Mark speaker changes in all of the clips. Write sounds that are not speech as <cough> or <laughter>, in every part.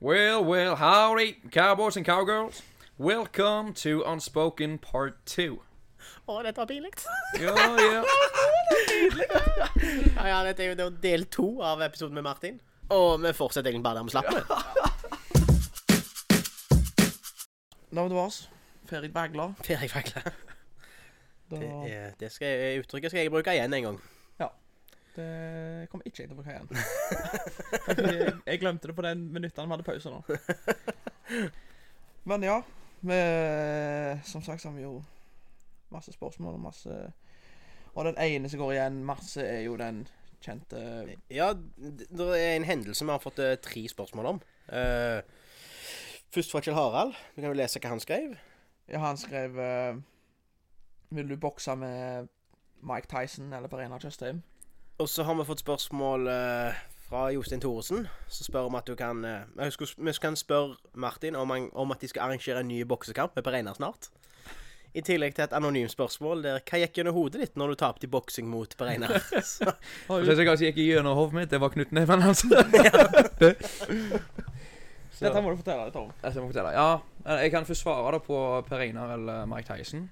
Speaker 1: Well, well, howdy, cowboys and cowgirls. Welcome to Unspoken Part 2.
Speaker 2: Å, dette var pinlig.
Speaker 1: Ja, ja.
Speaker 2: Ja, ja, dette er jo da del to av episoden med Martin. Og vi fortsetter egentlig bare der vi slapp med.
Speaker 3: Navnet vårt Ferik Bagler.
Speaker 2: Ferdig fakla.
Speaker 3: Da,
Speaker 2: Det,
Speaker 3: det,
Speaker 2: er- det skal jeg, uttrykket skal jeg bruke igjen en gang.
Speaker 3: kommer ikke jeg til å bruke igjen. Fordi jeg, jeg glemte det på den minutten vi hadde pause nå. Men ja, vi, som sagt så har vi jo masse spørsmål og masse Og den ene som går igjen masse, er jo den kjente
Speaker 2: Ja, det det er en hendelse vi har fått eh, tre spørsmål om. Eh, først fra Kjell Harald. Du kan jo lese hva han skrev.
Speaker 3: Ja, han skrev eh, Vil du bokse med Mike Tyson eller Verena Tjøstheim?
Speaker 2: Og så har vi fått spørsmål eh, fra Jostein Thoresen, som spør om at du kan eh, jeg husker- Vi kan spørre Martin om, han, om at de skal arrangere en ny boksekamp med Bereina snart. I tillegg til et anonymt spørsmål der Hva gikk gjennom hodet ditt når du tapte i boksing mot
Speaker 1: <laughs>
Speaker 2: Bereina?
Speaker 1: Det som kanskje gikk gjennom hodet mitt, det var knyttneven hans. <laughs> Altså.
Speaker 3: Dette må du fortelle litt om.
Speaker 1: Jeg må fortelle. Ja, eh, jeg kan forsvare det på Per Einar eller Mike Tyson.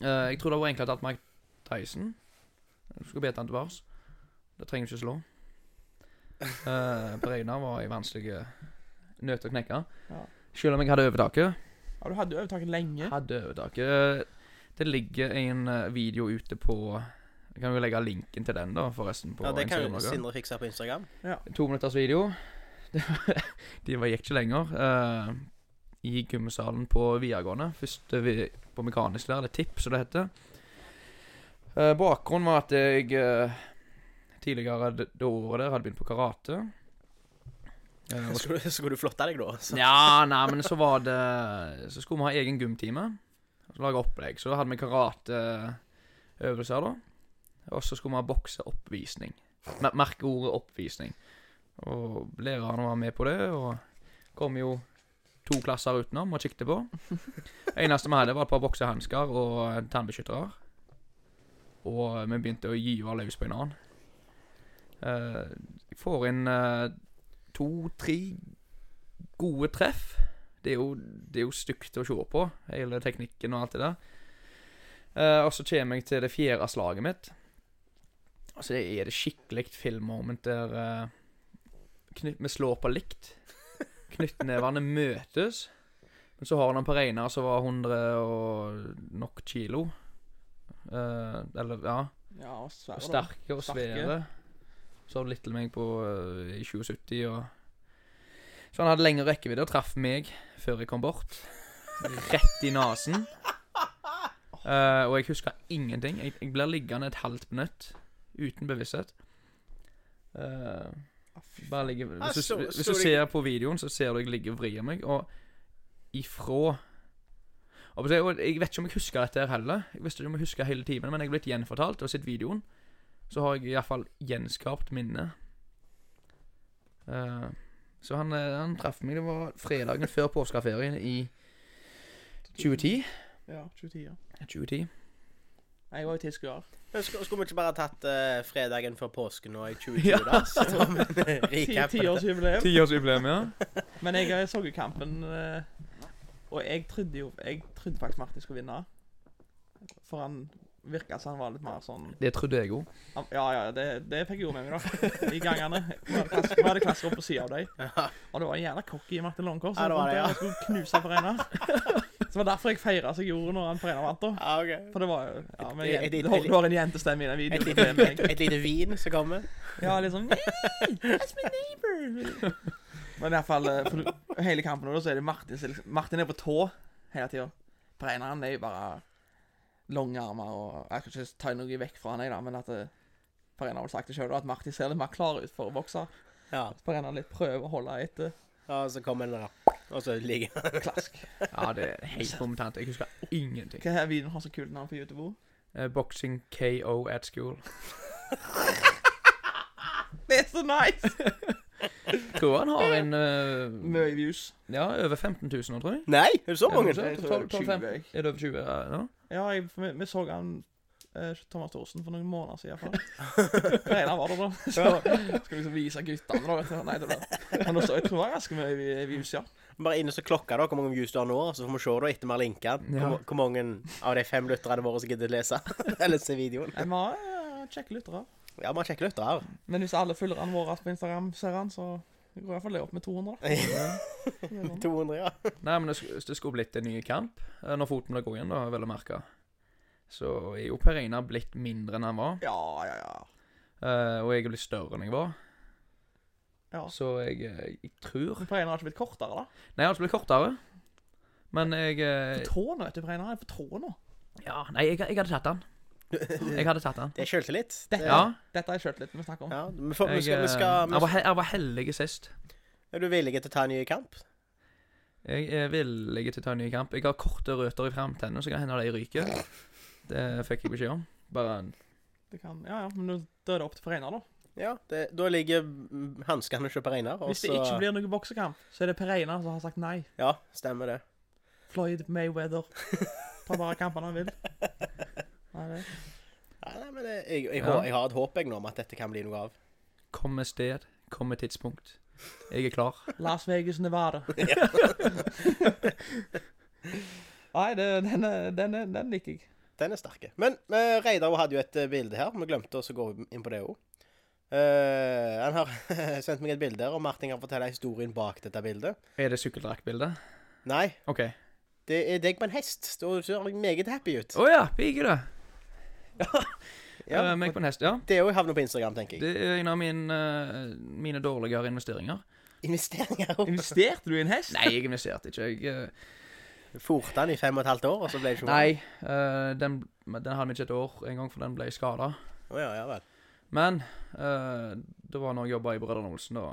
Speaker 1: Eh, jeg tror det var enklere at Mike Tyson Jeg skal bete han til bars. Det trenger du ikke slå. Eh, per Einar var en vanskelig nøtt å knekke.
Speaker 3: Ja.
Speaker 1: Selv om jeg hadde overtaket.
Speaker 3: Ja, Du hadde jo overtaket lenge.
Speaker 1: Hadde overtaket. Eh, Det ligger en eh, video ute på Jeg kan jo legge linken til den, da, forresten. på
Speaker 2: ja, det kan
Speaker 1: Instagram
Speaker 2: jo
Speaker 1: også.
Speaker 2: Sindre fikse på Instagram.
Speaker 1: To minutters video. <laughs> De var, gikk ikke lenger. eh, I gymsalen på videregående. Først eh, vi- på mekanisk der, eller TIP, som det heter. Eh, bakgrunnen var at jeg eh, tidligere det, det året der hadde begynt på karate. Eh, og så,
Speaker 2: Skulle, skulle du flotte deg da? Så.
Speaker 1: ja, nei, men så var det Så skulle vi ha egen gymtime. og så Lage opplegg. Så hadde vi karateøvelser, da. Og så skulle vi ha bokseoppvisning. Mer- Merke ordet 'oppvisning'. Og lærerne var med på det, og kom jo to klasser utenom og kikket på. Eneste vi hadde, var et par boksehansker og tannbeskyttere. Og vi begynte å gyve løs på en annen. Eh, Jeg får inn eh, to-tre gode treff. Det er jo, det er jo stygt å se på, hele teknikken og alt det der. Eh, og så kommer jeg til det fjerde slaget mitt. Altså, det er det skikkelig filmmoment der eh, kny- vi slår på likt. Knyttnevene møtes. Men så har han på Reinar som var 100 og nok kilo. Eh, eller, ja.
Speaker 3: Ja, og svære,
Speaker 1: Og
Speaker 3: da.
Speaker 1: sterke og
Speaker 3: Sterke.
Speaker 1: svære. Så hadde Little meg på eh, i 2070 og Så han hadde lengre rekkevidde og traff meg før jeg kom bort. Rett i nesen. Eh, og jeg husker ingenting. Jeg, jeg blir liggende et halvt minutt uten bevissthet. Eh, bare ligger
Speaker 2: Ah,
Speaker 1: Hvis du,
Speaker 2: så-
Speaker 1: hvis
Speaker 2: så
Speaker 1: du
Speaker 2: det-
Speaker 1: ser på videoen, så ser du jeg ligger og vrir meg, og ifra og så- og Jeg vet ikke om jeg husker dette her heller. Jeg visste ikke om jeg husker hele timen, men jeg er blitt gjenfortalt og sett videoen. Så har jeg iallfall gjenskapt minnet. Eh, så han, eh, han traff meg. Det var fredagen før påskeferien i 2010.
Speaker 3: Ja, 2010, ja.
Speaker 1: 2010.
Speaker 3: Jeg var jo tilskuer.
Speaker 2: Men sk- Skulle vi ikke bare tatt eh, fredagen før
Speaker 1: <laughs>
Speaker 2: påske nå i 2020, da? Så tar vi en recap på dette.
Speaker 3: Tiårsjubileum.
Speaker 1: Tiårsjubileum, ja.
Speaker 3: Men jeg så jo kampen, eh, og jeg trodde jo Jeg trodde faktisk Martin skulle vinne. For han virka som han var litt mer sånn
Speaker 1: Det trodde jeg
Speaker 3: <laughs>
Speaker 1: òg.
Speaker 3: han- Ja, ja, det, det fikk jeg jo med meg, da.
Speaker 2: <laughs>
Speaker 3: I gangene. Vi hadde klass- vi hadde klasserom på siden av deg. Og det var en jævla cocky Martin Longkors.
Speaker 2: Ja, det var det, ja.
Speaker 3: Han skulle knuse Forena. Så det var derfor jeg feira som jeg gjorde når han Forena vant, da.
Speaker 2: <laughs> Ja, ok.
Speaker 3: For det var jo ja, men,
Speaker 2: Et- et- et-
Speaker 3: Du har- du har en jentestemme i
Speaker 2: Et
Speaker 3: den videoen.
Speaker 2: lite,
Speaker 3: det er meg.
Speaker 2: et, et lite vin som kommer.
Speaker 3: Ja, liksom "Hey, That's my <laughs> neighbor Men i hvert fall eh, for du- Hele kampen nå da, Så er det Martin som liksom, Martin er på tå Hele tiden Brenner han er jo bare Lange armer Og jeg skal ikke ta noe vekk fra han jeg da Men at eh, Brenner har vel sagt det selv da, At Martin ser litt mer klar ut for å bokse
Speaker 2: Ja,
Speaker 3: Brenner litt prøver å holde etter
Speaker 2: og så kommer den der. Og så ligger
Speaker 3: Klask
Speaker 1: Ja, det er helt kompetent. Jeg husker ingenting.
Speaker 3: Hva er videoen har så kult navn på YouTube?
Speaker 1: Eh, boxing KO at school.
Speaker 3: Det er så nice
Speaker 1: Tror han har en eh,
Speaker 3: Møy views
Speaker 1: Ja, over 15 000 nå, tror jeg.
Speaker 2: Nei, er det så mange?
Speaker 3: Jeg tror det er
Speaker 1: 12-15.
Speaker 3: 20, jeg.
Speaker 1: Er det over 20? Ja.
Speaker 3: Ja, jeg, vi, vi så han eh, Thomas Thorsen for noen måneder siden. iallfall. Reinar var det, da. Så skal liksom vise guttene, da. vet du. Nei, det var. Men også, jeg tror det var ganske mye vi- views, ja.
Speaker 2: Bare inn og så klokka da, hvor mange views du har nå, så får vi se da etter vi har linka
Speaker 1: Ja.
Speaker 2: hvor, hvor mange av de fem lytterne våre som gidder lese <laughs> eller se videoen.
Speaker 3: Jeg var eh, kjekke lyttere.
Speaker 2: Ja, vi har kjekke lyttere her. <laughs>
Speaker 3: Men hvis alle følgerne våre på Instagram ser han, så går i hvert fall det opp med 200. da. Det er sånn.
Speaker 2: 200, ja.
Speaker 1: Nei, men det, sk- det skulle blitt en ny kamp eh, når foten ble god igjen, da, vel å merke. Så er jo Per Einar blitt mindre enn han var,
Speaker 3: Ja, ja, ja.
Speaker 1: eh, og jeg er blitt større enn jeg var.
Speaker 3: Ja.
Speaker 1: Så jeg, eh, jeg tror
Speaker 3: Men Preinar har ikke blitt kortere, da.
Speaker 1: Nei, jeg har altså blitt kortere. Men jeg
Speaker 3: På
Speaker 1: eh,
Speaker 3: tåen, vet du. Preinar er på tåen nå.
Speaker 1: Ja, nei, jeg, jeg hadde tatt
Speaker 3: <laughs>
Speaker 1: han. Jeg hadde tatt han.
Speaker 2: Det er sjøltillit. Det-
Speaker 1: Ja.
Speaker 3: Dette har jeg skjønt litt vi snakker om.
Speaker 2: ja. Vi, får, vi
Speaker 1: Jeg,
Speaker 2: skal, vi
Speaker 1: eh,
Speaker 2: skal
Speaker 1: jeg, var,
Speaker 2: vi,
Speaker 1: he- jeg var heldig sist.
Speaker 2: Er du villig til å ta en ny kamp?
Speaker 1: Jeg er villig til å ta en ny kamp. Jeg har korte røtter i framtennene, så kan hende de ryker. Det fikk jeg beskjed om. Bare en
Speaker 3: Det kan, ja, ja, men da er det opp til Preinar, da.
Speaker 2: Ja. Det, da ligger mm, hanskene hos Per Einar. og
Speaker 3: Hvis det
Speaker 2: så-
Speaker 3: ikke blir noen boksekamp, så er det Preinar som har sagt nei.
Speaker 2: Ja, stemmer det.
Speaker 3: Floyd Mayweather. Ta bare kampene han vil. Nei, det.
Speaker 2: Ja, nei, men det, jeg, jeg,
Speaker 1: Ja.
Speaker 2: hå- jeg har et håp jeg nå om at dette kan bli noe av.
Speaker 1: komme sted, komme tidspunkt. Jeg er klar.
Speaker 3: Las Vegas, <laughs> Nevada. Nei, det, den, er- den, er- den liker jeg.
Speaker 2: Den er sterke. Men eh, Reidar hadde jo et eh, bilde her. Vi glemte å gå inn på det òg. han har <laughs> sendt meg et bilde, her, og Martin kan fortelle historien bak dette bildet.
Speaker 1: Er det sykkeldraktbildet?
Speaker 2: Nei,
Speaker 1: OK.
Speaker 2: det er deg på en hest. Da ser jeg meget happy ut.
Speaker 1: Å ja, pike det.
Speaker 2: Ja,
Speaker 1: Eh, meg på en hest, ja.
Speaker 2: det òg havner på Instagram, tenker jeg.
Speaker 1: Det er en av mine, eh, mine dårligere investeringer.
Speaker 2: Investeringer. jo.
Speaker 3: Investerte du i en hest?
Speaker 1: Nei, jeg investerte ikke. Jeg, eh,
Speaker 2: Forte han i fem og et halvt år, og så ble det ikke
Speaker 1: nei, eh, den, den hadde vi ikke et år engang, for den ble skada.
Speaker 2: Å, ja, ja vel.
Speaker 1: Men eh, det var når jeg jobba i Brødrene Olsen, da.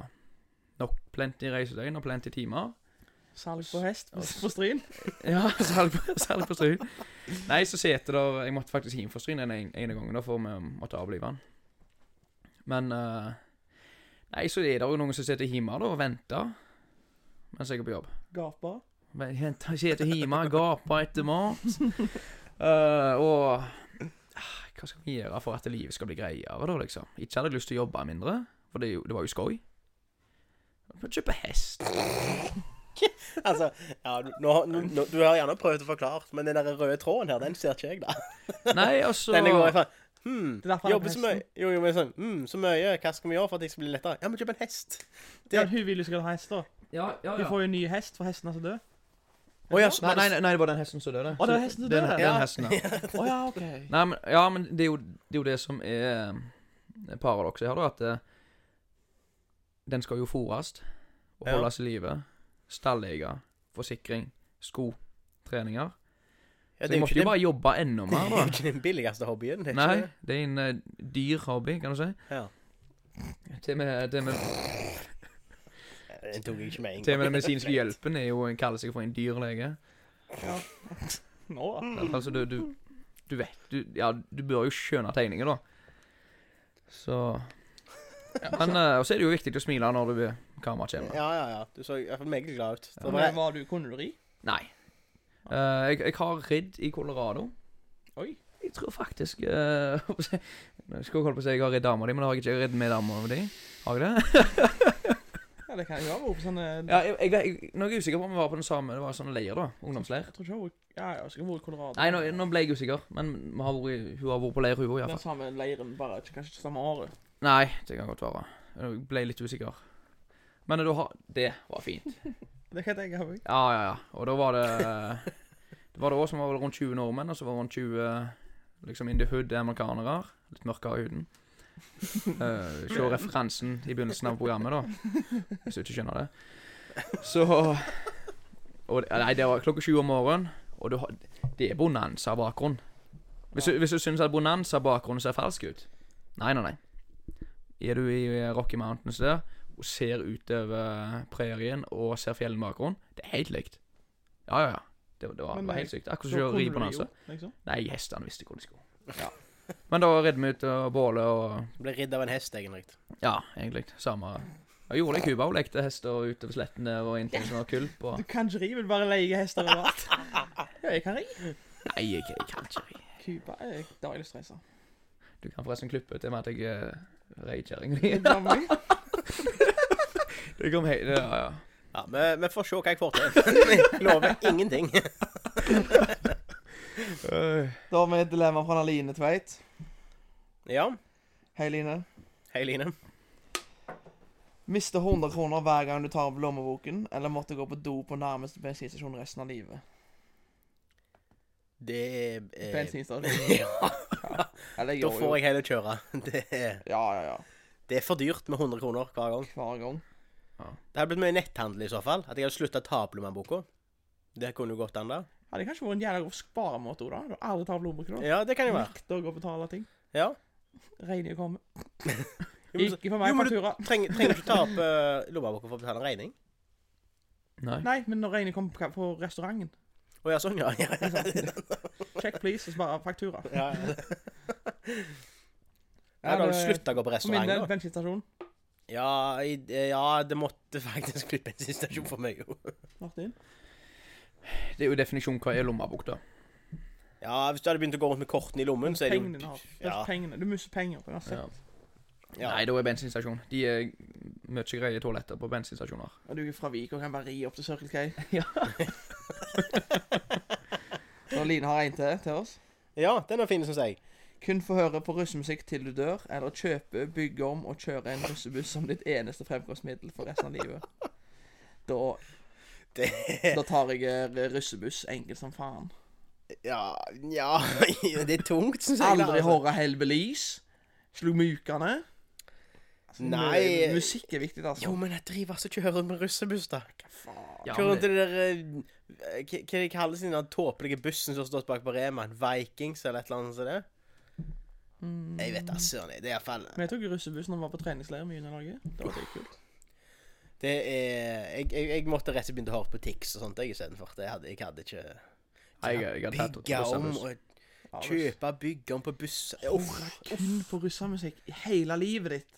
Speaker 1: Nok plenty reisedøgn og plenty timer. <laughs>
Speaker 3: Salg på hest på, på Stryn?
Speaker 1: Ja, salg på, salg på Stryn. Nei, så sitter der Jeg måtte faktisk hjem fra Stryn den en- ene gangen, da, for vi måtte avlive han. Men eh, Nei, så er det jo noen som sitter hjemme da og venter mens jeg er på jobb.
Speaker 3: Gaper?
Speaker 1: Men Jenter sitter hjemme, gaper etter <laughs> mat. Eh, og ah, Hva skal vi gjøre for at livet skal bli greiere, da, liksom? Ikke hadde jeg lyst til å jobbe mindre, for det, er jo- det var jo skoj. Men Kjøpe hest.
Speaker 2: Altså, ja, du, nå, nå, nå, du har gjerne prøvd å forklare, men den der røde tråden her, den ser ikke jeg, da.
Speaker 1: <laughs> Nei, altså
Speaker 2: Den jeg går i faen hmm,
Speaker 3: Det er derfor han
Speaker 2: Jobber
Speaker 3: har
Speaker 2: så
Speaker 3: hesten.
Speaker 2: mye. Jo, jo, men sånn hmm, Så mye. Hva skal vi gjøre for at jeg skal bli lettere? Ja, men kjøp en hest. Det-
Speaker 3: Ja, hun vil jo sikkert ha hest, da.
Speaker 1: Ja, ja,
Speaker 3: Hun
Speaker 1: ja.
Speaker 3: får jo en ny hest, for hesten er så død.
Speaker 2: Å ja, så-
Speaker 1: Nei, nei, nei, nei, det var den hesten som døde.
Speaker 3: Å, det var hesten som
Speaker 1: Den,
Speaker 3: døde?
Speaker 1: den
Speaker 2: Ja.
Speaker 1: hesten, ja.
Speaker 3: Å ja, OK.
Speaker 1: Nei, men, ja, men det er, jo, det er jo det som er eh, paradokset her, da. At eh, den skal jo fôres og
Speaker 2: Ja.
Speaker 1: holdes i live. Stalleie, forsikring, sko, treninger.
Speaker 2: Ja,
Speaker 1: Så
Speaker 2: det er
Speaker 1: jeg
Speaker 2: jo
Speaker 1: måtte
Speaker 2: ikke
Speaker 1: jo
Speaker 2: den,
Speaker 1: bare jobbe enda
Speaker 2: <laughs> det
Speaker 1: mer,
Speaker 2: er jo
Speaker 1: da.
Speaker 2: ikke den billigste hobbyen. Det er
Speaker 1: Nei,
Speaker 2: ikke det.
Speaker 1: det er en eh, dyr hobby, kan du si.
Speaker 2: Ja.
Speaker 1: Til og med, til og med,
Speaker 2: Den tok jeg ikke med en
Speaker 1: til og med
Speaker 2: gang.
Speaker 1: den medisinske hjelpen er jo, kaller seg for en dyrlege.
Speaker 3: Nå, da.
Speaker 1: Altså, du, du, du vet du, Ja, du bør jo skjønne tegninger, da. Så Men eh, også er det jo viktig å smile når du kameraet kommer.
Speaker 2: Ja, ja, ja. Du så i hvert fall meget glad ut. Det
Speaker 3: Men
Speaker 2: var,
Speaker 3: var du, kunne du ri?
Speaker 1: Nei. Eh, jeg, jeg har ridd i Colorado.
Speaker 3: Oi.
Speaker 1: Jeg tror faktisk eh, <laughs> Jeg skulle holdt på å si jeg har ridd dama di, men det har jeg ikke. Jeg har ridd med dama di. Har jeg det?
Speaker 3: Ja, det kan jeg gjøre. På sånne,
Speaker 1: Ja, jeg, jeg, jeg, nå er jeg usikker på om vi var på den samme Det var sånn leir, da. Ungdomsleir.
Speaker 3: Jeg tror ikke hun Ja, jeg har sikkert vært i Colorado.
Speaker 1: Nei, nå, nå ble jeg usikker, men vi har vært, i- hun har vært på leir, hun òg,
Speaker 3: Den
Speaker 1: iallfall.
Speaker 3: samme leiren, bare ikke, kanskje ikke samme året.
Speaker 1: Nei, det kan godt være. Jeg ble litt usikker. Men du har Det var fint.
Speaker 3: Det kan jeg tenke meg.
Speaker 1: Ja, ja, ja. Og da var det eh, Det var det også som var vel rundt 20 nordmenn, og så var det rundt 20 liksom in the hood amerikanere. Litt mørkere i huden.
Speaker 3: <laughs>
Speaker 1: Uh, Se referansen i begynnelsen av programmet, da. Hvis du ikke skjønner det. Så og, det- Nei, det var klokka sju om morgenen, og du har Det er bonanza-bakgrunn. Hvis, du- hvis du syns at bonanza-bakgrunnen ser falsk ut Nei, nei, nei. Er du i Rocky Mountains der, og ser utover eh, prærien og ser fjellene bakgrunn. Det er helt likt. Ja, ja, ja. Det, det var,
Speaker 3: Men
Speaker 1: det var
Speaker 3: nei,
Speaker 1: helt sykt. Akkurat
Speaker 3: Så
Speaker 1: som å
Speaker 3: kunne
Speaker 1: ri
Speaker 3: du
Speaker 1: på nesa.
Speaker 3: jo, Liksom.
Speaker 1: Nei, hestene visste hvor de skulle. Ja. <laughs> Men da redde vi ut og bålet og
Speaker 2: jeg ble ridd av en hest, egentlig.
Speaker 1: Ja, egentlig. Samme Jeg gjorde det i Cuba. Hun lekte hester utover sletten der og inntil sånn kulp og
Speaker 2: <laughs>
Speaker 3: Du kan ikke ri, vil bare leie hester overalt. Ja, jeg kan ri.
Speaker 1: Nei, jeg, jeg kan ikke ri. Jeg
Speaker 3: Cuba jeg, Det har jeg lyst til å <laughs> reise.
Speaker 1: Du kan forresten klippe ut det med at jeg eh, er røykjerring.
Speaker 3: Det blir mye.
Speaker 1: <laughs> Det kom helt Ja, ja.
Speaker 2: Ja, vi, vi får se hva jeg får til. <laughs> Jeg lover ingenting. <laughs>
Speaker 1: Øh,
Speaker 3: Da har vi et dilemma fra Line Tveit.
Speaker 2: Ja.
Speaker 3: Hei, Line.
Speaker 2: Hei, Line.
Speaker 3: Miste 100 kroner hver gang du tar opp lommeboken, eller måtte gå på do på nærmeste bensinstasjon resten av livet.
Speaker 2: Det er eh, <laughs>
Speaker 3: Bensinstasjon.
Speaker 2: Ja,
Speaker 3: Eller
Speaker 2: da
Speaker 3: jo,
Speaker 2: får
Speaker 3: jo.
Speaker 2: jeg heller kjøre. Det er,
Speaker 3: Ja, ja, ja.
Speaker 2: det er for dyrt med 100 kroner hver gang.
Speaker 3: Hver gang.
Speaker 2: Det hadde blitt mye netthandel i så fall. At jeg hadde slutta å ta opp lommeboka. Det kunne jo gått an, da.
Speaker 3: Hadde det kanskje vært en jævla god sparemåte òg, da? Du har aldri tatt opp lommeboken. da.
Speaker 2: Ja, det kan jo være.
Speaker 3: Nekter å gå og betale ting.
Speaker 2: Ja.
Speaker 3: Regninger kommer.
Speaker 2: <laughs> Jo, men så-
Speaker 3: Ikke for meg,
Speaker 2: Jo, men du-
Speaker 3: faktura.
Speaker 2: Trenger, trenger du ikke ta opp eh, lommeboka for å betale en regning?
Speaker 1: nei.
Speaker 3: Nei, men når regningen kommer på- på restauranten sånn.
Speaker 2: Å ja, sånn, ja. <laughs> ja, ja. <laughs>
Speaker 3: Check please, og så bare faktura.
Speaker 2: ja, ja. Ja, da hadde du slutta å gå på
Speaker 3: Eh, For min del,
Speaker 2: restaurant, da.
Speaker 3: bensinstasjon.
Speaker 2: Ja, i, eh, ja, det måtte faktisk bli bensinstasjon for meg, jo.
Speaker 3: Martin.
Speaker 1: Det er jo definisjonen hva er lommebok, da.
Speaker 2: Ja, hvis du hadde begynt å gå rundt med kortene i lommen, så er det jo
Speaker 3: Pengene du har. Det er
Speaker 2: Ja.
Speaker 3: pengene. Du mister penger på altså. uansett.
Speaker 1: Ja.
Speaker 2: ja.
Speaker 1: Nei, da er bensinstasjon. De er mye greie toaletter på bensinstasjoner.
Speaker 3: Og du er fra Vik og kan bare ri opp til Circle <laughs> K.
Speaker 1: Ja.
Speaker 3: Så Line har en til til oss.
Speaker 2: Ja, den er fin, syns jeg.
Speaker 3: Kun få høre på russemusikk til du dør, eller kjøpe, bygge om og kjøre en russebuss som ditt eneste fremkomstmiddel for resten av livet. Da,
Speaker 2: Det
Speaker 3: da tar jeg eh, russebuss enkelt som faen.
Speaker 2: Ja, ja <laughs> Det er tungt, syns jeg. da,
Speaker 3: Aldri
Speaker 2: altså.
Speaker 3: hørt Hellbillies. Slo mukene. Altså,
Speaker 2: Nei.
Speaker 3: mu- Musikk er viktig, altså.
Speaker 2: Jo, men jeg driver altså ikke hører med russebuss, da.
Speaker 3: Faen.
Speaker 1: Ja,
Speaker 2: Kjører
Speaker 1: men
Speaker 2: rundt i det der eh, Hva hva de kaller den der tåpelige bussen som står bak på Rema? En Vikings eller et eller annet som det?
Speaker 3: Mm.
Speaker 2: Jeg vet da søren. jeg. Det er iallfall
Speaker 3: Men jeg tok russebuss når vi var på treningsleir med juniorlaget. Det var dritkult.
Speaker 2: Det er jeg, jeg, jeg måtte rett og slett begynne å høre på Tix og sånt jeg istedenfor. Jeg hadde, jeg hadde ikke
Speaker 1: Nei, jeg, jeg hadde
Speaker 2: Bygge
Speaker 1: tatt
Speaker 2: om
Speaker 1: russebuss.
Speaker 2: og
Speaker 3: Ja, russ.
Speaker 2: kjøpe, bygge om på buss Uff.
Speaker 3: Kun på russemusikk i hele livet ditt.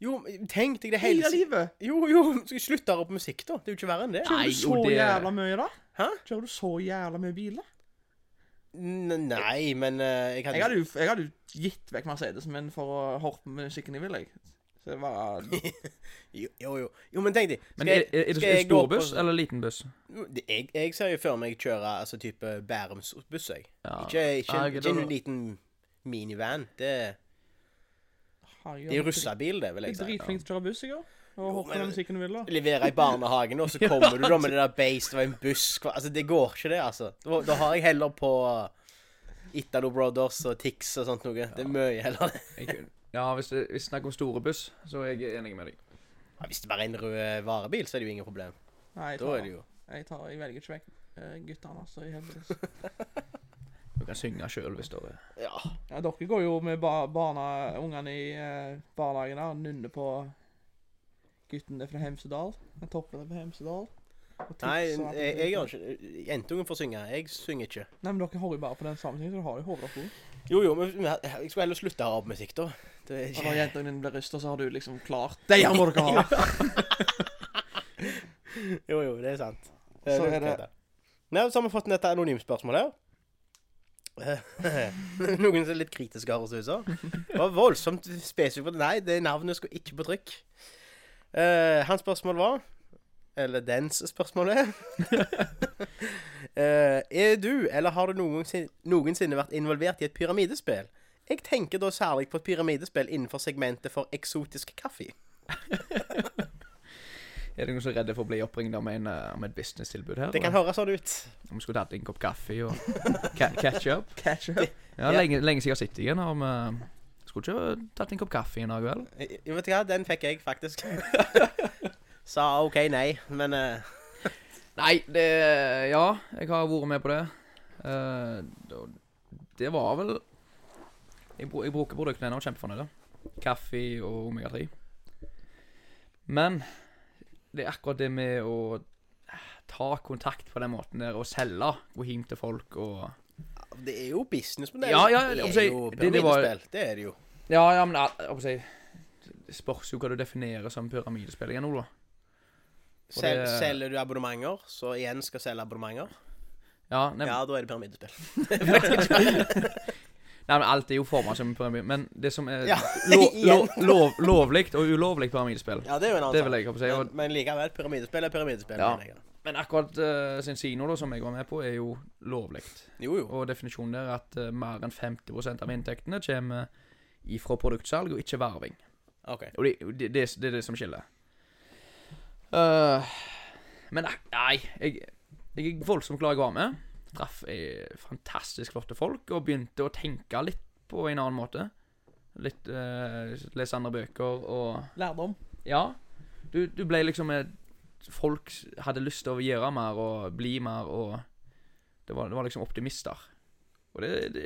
Speaker 2: Jo, men tenk deg det
Speaker 3: Hele
Speaker 2: hele
Speaker 3: livet!
Speaker 2: Jo, jo, skal vi slutte å høre på musikk, da? Det er jo ikke verre enn det.
Speaker 1: Nei,
Speaker 3: Kjører du
Speaker 1: jo,
Speaker 3: så
Speaker 1: det-
Speaker 3: jævla mye, da?
Speaker 2: Hæ?
Speaker 3: Kjører du så jævla mye biler?
Speaker 2: N nei, men eh, jeg
Speaker 3: Jeg
Speaker 2: hadde
Speaker 3: hadde jo jeg hadde jo gitt vekk Mercedesen min for å høre på musikken jeg ville. jeg. Så det var
Speaker 2: Jo, jo. jo. jo men tenk deg
Speaker 1: Men
Speaker 2: skal
Speaker 1: er,
Speaker 2: jeg-
Speaker 1: er, er
Speaker 2: skal
Speaker 1: det en
Speaker 2: jeg gå
Speaker 1: stor
Speaker 2: på- sånn-
Speaker 1: buss eller en liten buss?
Speaker 2: Det- jeg, jeg ser jo for meg kjøre altså type Bærums-buss, jeg.
Speaker 1: Ja.
Speaker 2: Ikke, ikke,
Speaker 1: Ja, jeg
Speaker 2: ikke en
Speaker 1: gidder.
Speaker 2: liten minivan. Det,
Speaker 3: Herregud,
Speaker 2: det er jo russebil, det, vil
Speaker 3: Jeg
Speaker 2: jeg
Speaker 3: er
Speaker 2: si.
Speaker 3: dritflink til å kjøre buss, jeg òg.
Speaker 2: Jo,
Speaker 3: Og hørte på
Speaker 2: men-
Speaker 3: den musikken du ville.
Speaker 2: Levere i barnehagen, <laughs> og så kommer du da med det der beist og en busk Altså, det går ikke, det, altså. Da, da har jeg heller på eh, Italo Brothers og Tix og sånt noe. Det er mye heller det.
Speaker 1: Jeg kunne- Ja, hvis det hvis det er snakk om store buss, så er jeg enig med deg.
Speaker 2: Ja, hvis det bare er en rød varebil, så er det jo ingen problem.
Speaker 3: Nei, jeg
Speaker 2: Da
Speaker 3: tar,
Speaker 2: er det jo
Speaker 3: jeg, tar, jeg velger ikke vekk eh, guttene, altså. i helvete.
Speaker 1: Du kan synge sjøl hvis det er
Speaker 2: Ja.
Speaker 3: Ja, dere går jo med ba barna, ungene i eh, barnehagen der og nynner på gutten der fra Hemsedal. Den toppen der fra Hemsedal. Og tips
Speaker 2: Nei,
Speaker 3: og alt
Speaker 2: jeg, jeg
Speaker 3: det der.
Speaker 2: gjør ikke Jentungen får synge. Jeg synger ikke.
Speaker 3: Nei, men dere hører jo bare på den sammenhengen, så dere har jo hodet deres god.
Speaker 2: Jo, jo, men men jeg skulle heller slutte å ha musikk, da. Det er
Speaker 3: Og når
Speaker 2: ikke
Speaker 3: jentene dine blir rysta, så har du liksom klart Det her må dere <laughs> ha!
Speaker 2: <laughs> Jo, jo, det er sant.
Speaker 3: Så er det-
Speaker 2: Nei, så har vi fått dette anonymspørsmålet her. Eh, <laughs> Noen som er litt kritiske har hos huset. Det var voldsomt spesifikt. på det. Nei, det navnet skulle ikke på trykk. Eh, hans spørsmål var Eller dens spørsmål er <laughs> eh, Er du, eller har du noensinne, noensinne vært involvert i et pyramidespill? Jeg tenker da særlig på et pyramidespill innenfor segmentet for eksotisk kaffe.
Speaker 1: Er det noen som er redde for å bli oppringt om, en, eh, om et businesstilbud her?
Speaker 2: Det kan
Speaker 1: eller?
Speaker 2: høres sånn ut.
Speaker 1: Om vi skulle tatt en kopp kaffe og ca
Speaker 2: <laughs>
Speaker 1: ketchup?
Speaker 3: Catch up.
Speaker 1: Ja,
Speaker 2: Ja.
Speaker 1: lenge, lenge siden jeg har sittet igjen. Om, eh, skulle ikke tatt en kopp kaffe i dag, vel?
Speaker 2: Jo, vet du hva, den fikk jeg
Speaker 1: <laughs>
Speaker 2: faktisk. Sa OK, nei, men eh,
Speaker 1: Nei, det Ja, jeg har vært med på det. Eh, da- det var vel Jeg, bru- jeg bruker produktene ennå, kjempefornøyd. Kaffe og Omega-3. Men det er akkurat det med å eh, ta kontakt på den måten der og selge. Gå hjem til folk og
Speaker 2: det er jo business på det.
Speaker 1: Ja, ja,
Speaker 2: det
Speaker 1: om
Speaker 2: er
Speaker 1: seg-
Speaker 2: jo
Speaker 1: det- det var-
Speaker 2: pyramidespill. Det er det jo.
Speaker 1: Ja, ja, men al- jeg håper å si Det spørs jo hva du definerer som pyramidespill igjen, nå, da.
Speaker 2: Sel,
Speaker 1: det-
Speaker 2: selger du abonnementer, så igjen skal selge abonnementer.
Speaker 1: Ja, nei,
Speaker 2: Ja, da er det pyramidespill.
Speaker 1: <laughs> nei, men alt er jo forma som pyramid, men det som er
Speaker 2: Ja,
Speaker 1: lo, lo,
Speaker 2: <laughs> igjen.
Speaker 1: lov, lovlig og ulovlig pyramidespill,
Speaker 2: Ja, det er jo en annen
Speaker 1: det vil jeg håpe å si.
Speaker 2: Men,
Speaker 1: Og,
Speaker 2: men likevel, pyramidespill er pyramidespill.
Speaker 1: Ja.
Speaker 2: mener jeg.
Speaker 1: men akkurat uh, Sinsino, da, som jeg var med på, er jo lovlig.
Speaker 2: Jo, jo.
Speaker 1: Og definisjonen der er at eh, mer enn 50 av inntektene kommer ifra produktsalg og ikke verving.
Speaker 2: OK.
Speaker 1: Og det, det, det, det er det som skiller. Eh, men nei, nei, jeg, jeg er voldsomt glad jeg var med. Traff eh, fantastisk flotte folk og begynte å tenke litt på en annen måte. Litt eh, Lese andre bøker og
Speaker 3: Lærdom.
Speaker 1: Ja. Du, du ble liksom eh, Folk hadde lyst til å gjøre mer og bli mer og Det var, det var liksom optimister. Og det, det,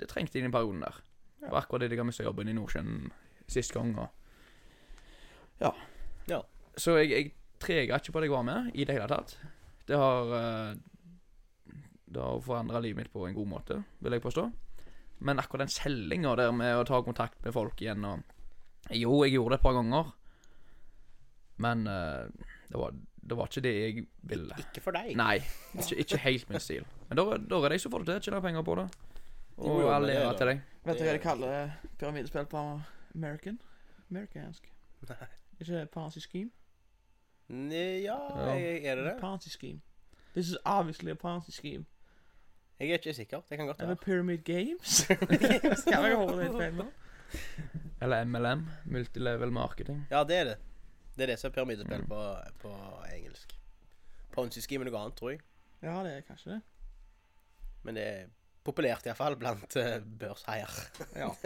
Speaker 1: det trengte jeg i den perioden der.
Speaker 3: Ja.
Speaker 1: Det var akkurat det jeg har mista jobben i Nordsjøen sist gang. og Ja.
Speaker 2: Ja.
Speaker 1: Så jeg, jeg trega ikke på at jeg var med i det hele tatt. Det har eh, Det har forandra livet mitt på en god måte, vil jeg påstå. Men akkurat den selginga der med å ta kontakt med folk igjen og Jo, jeg gjorde det et par ganger, men eh, det, var, det var ikke det jeg ville.
Speaker 2: Ikke for deg.
Speaker 1: Nei, ikke, ikke helt min stil. Men da da er det jeg som får det til, tjener penger på det. Og
Speaker 2: Jo, jo, men
Speaker 1: all
Speaker 2: det er
Speaker 1: ære
Speaker 2: det.
Speaker 1: til deg.
Speaker 3: Vet du
Speaker 2: Det
Speaker 3: hva
Speaker 2: er
Speaker 3: de kaller pyramidespill på American? Amerikansk.
Speaker 2: Nei.
Speaker 3: Ikke Party Scheme?
Speaker 2: Nei, Ja,
Speaker 1: Ja.
Speaker 2: jeg, er det det?
Speaker 3: Party Scheme. This is obviously a party scheme.
Speaker 2: Jeg er ikke sikker. Det kan godt
Speaker 3: Eller
Speaker 2: være.
Speaker 3: Pyramid
Speaker 1: <laughs>
Speaker 3: Games? Skal jeg holde litt feil nå?
Speaker 1: Eller MLM, multilevel marketing.
Speaker 2: Ja, det er det. Det er det som er pyramidespill på, på engelsk. Ponzi-ski med noe annet, tror jeg.
Speaker 3: Ja, det er kanskje det.
Speaker 2: Men det er populært iallfall blant eh, børshaier.
Speaker 3: Ja.
Speaker 2: <laughs>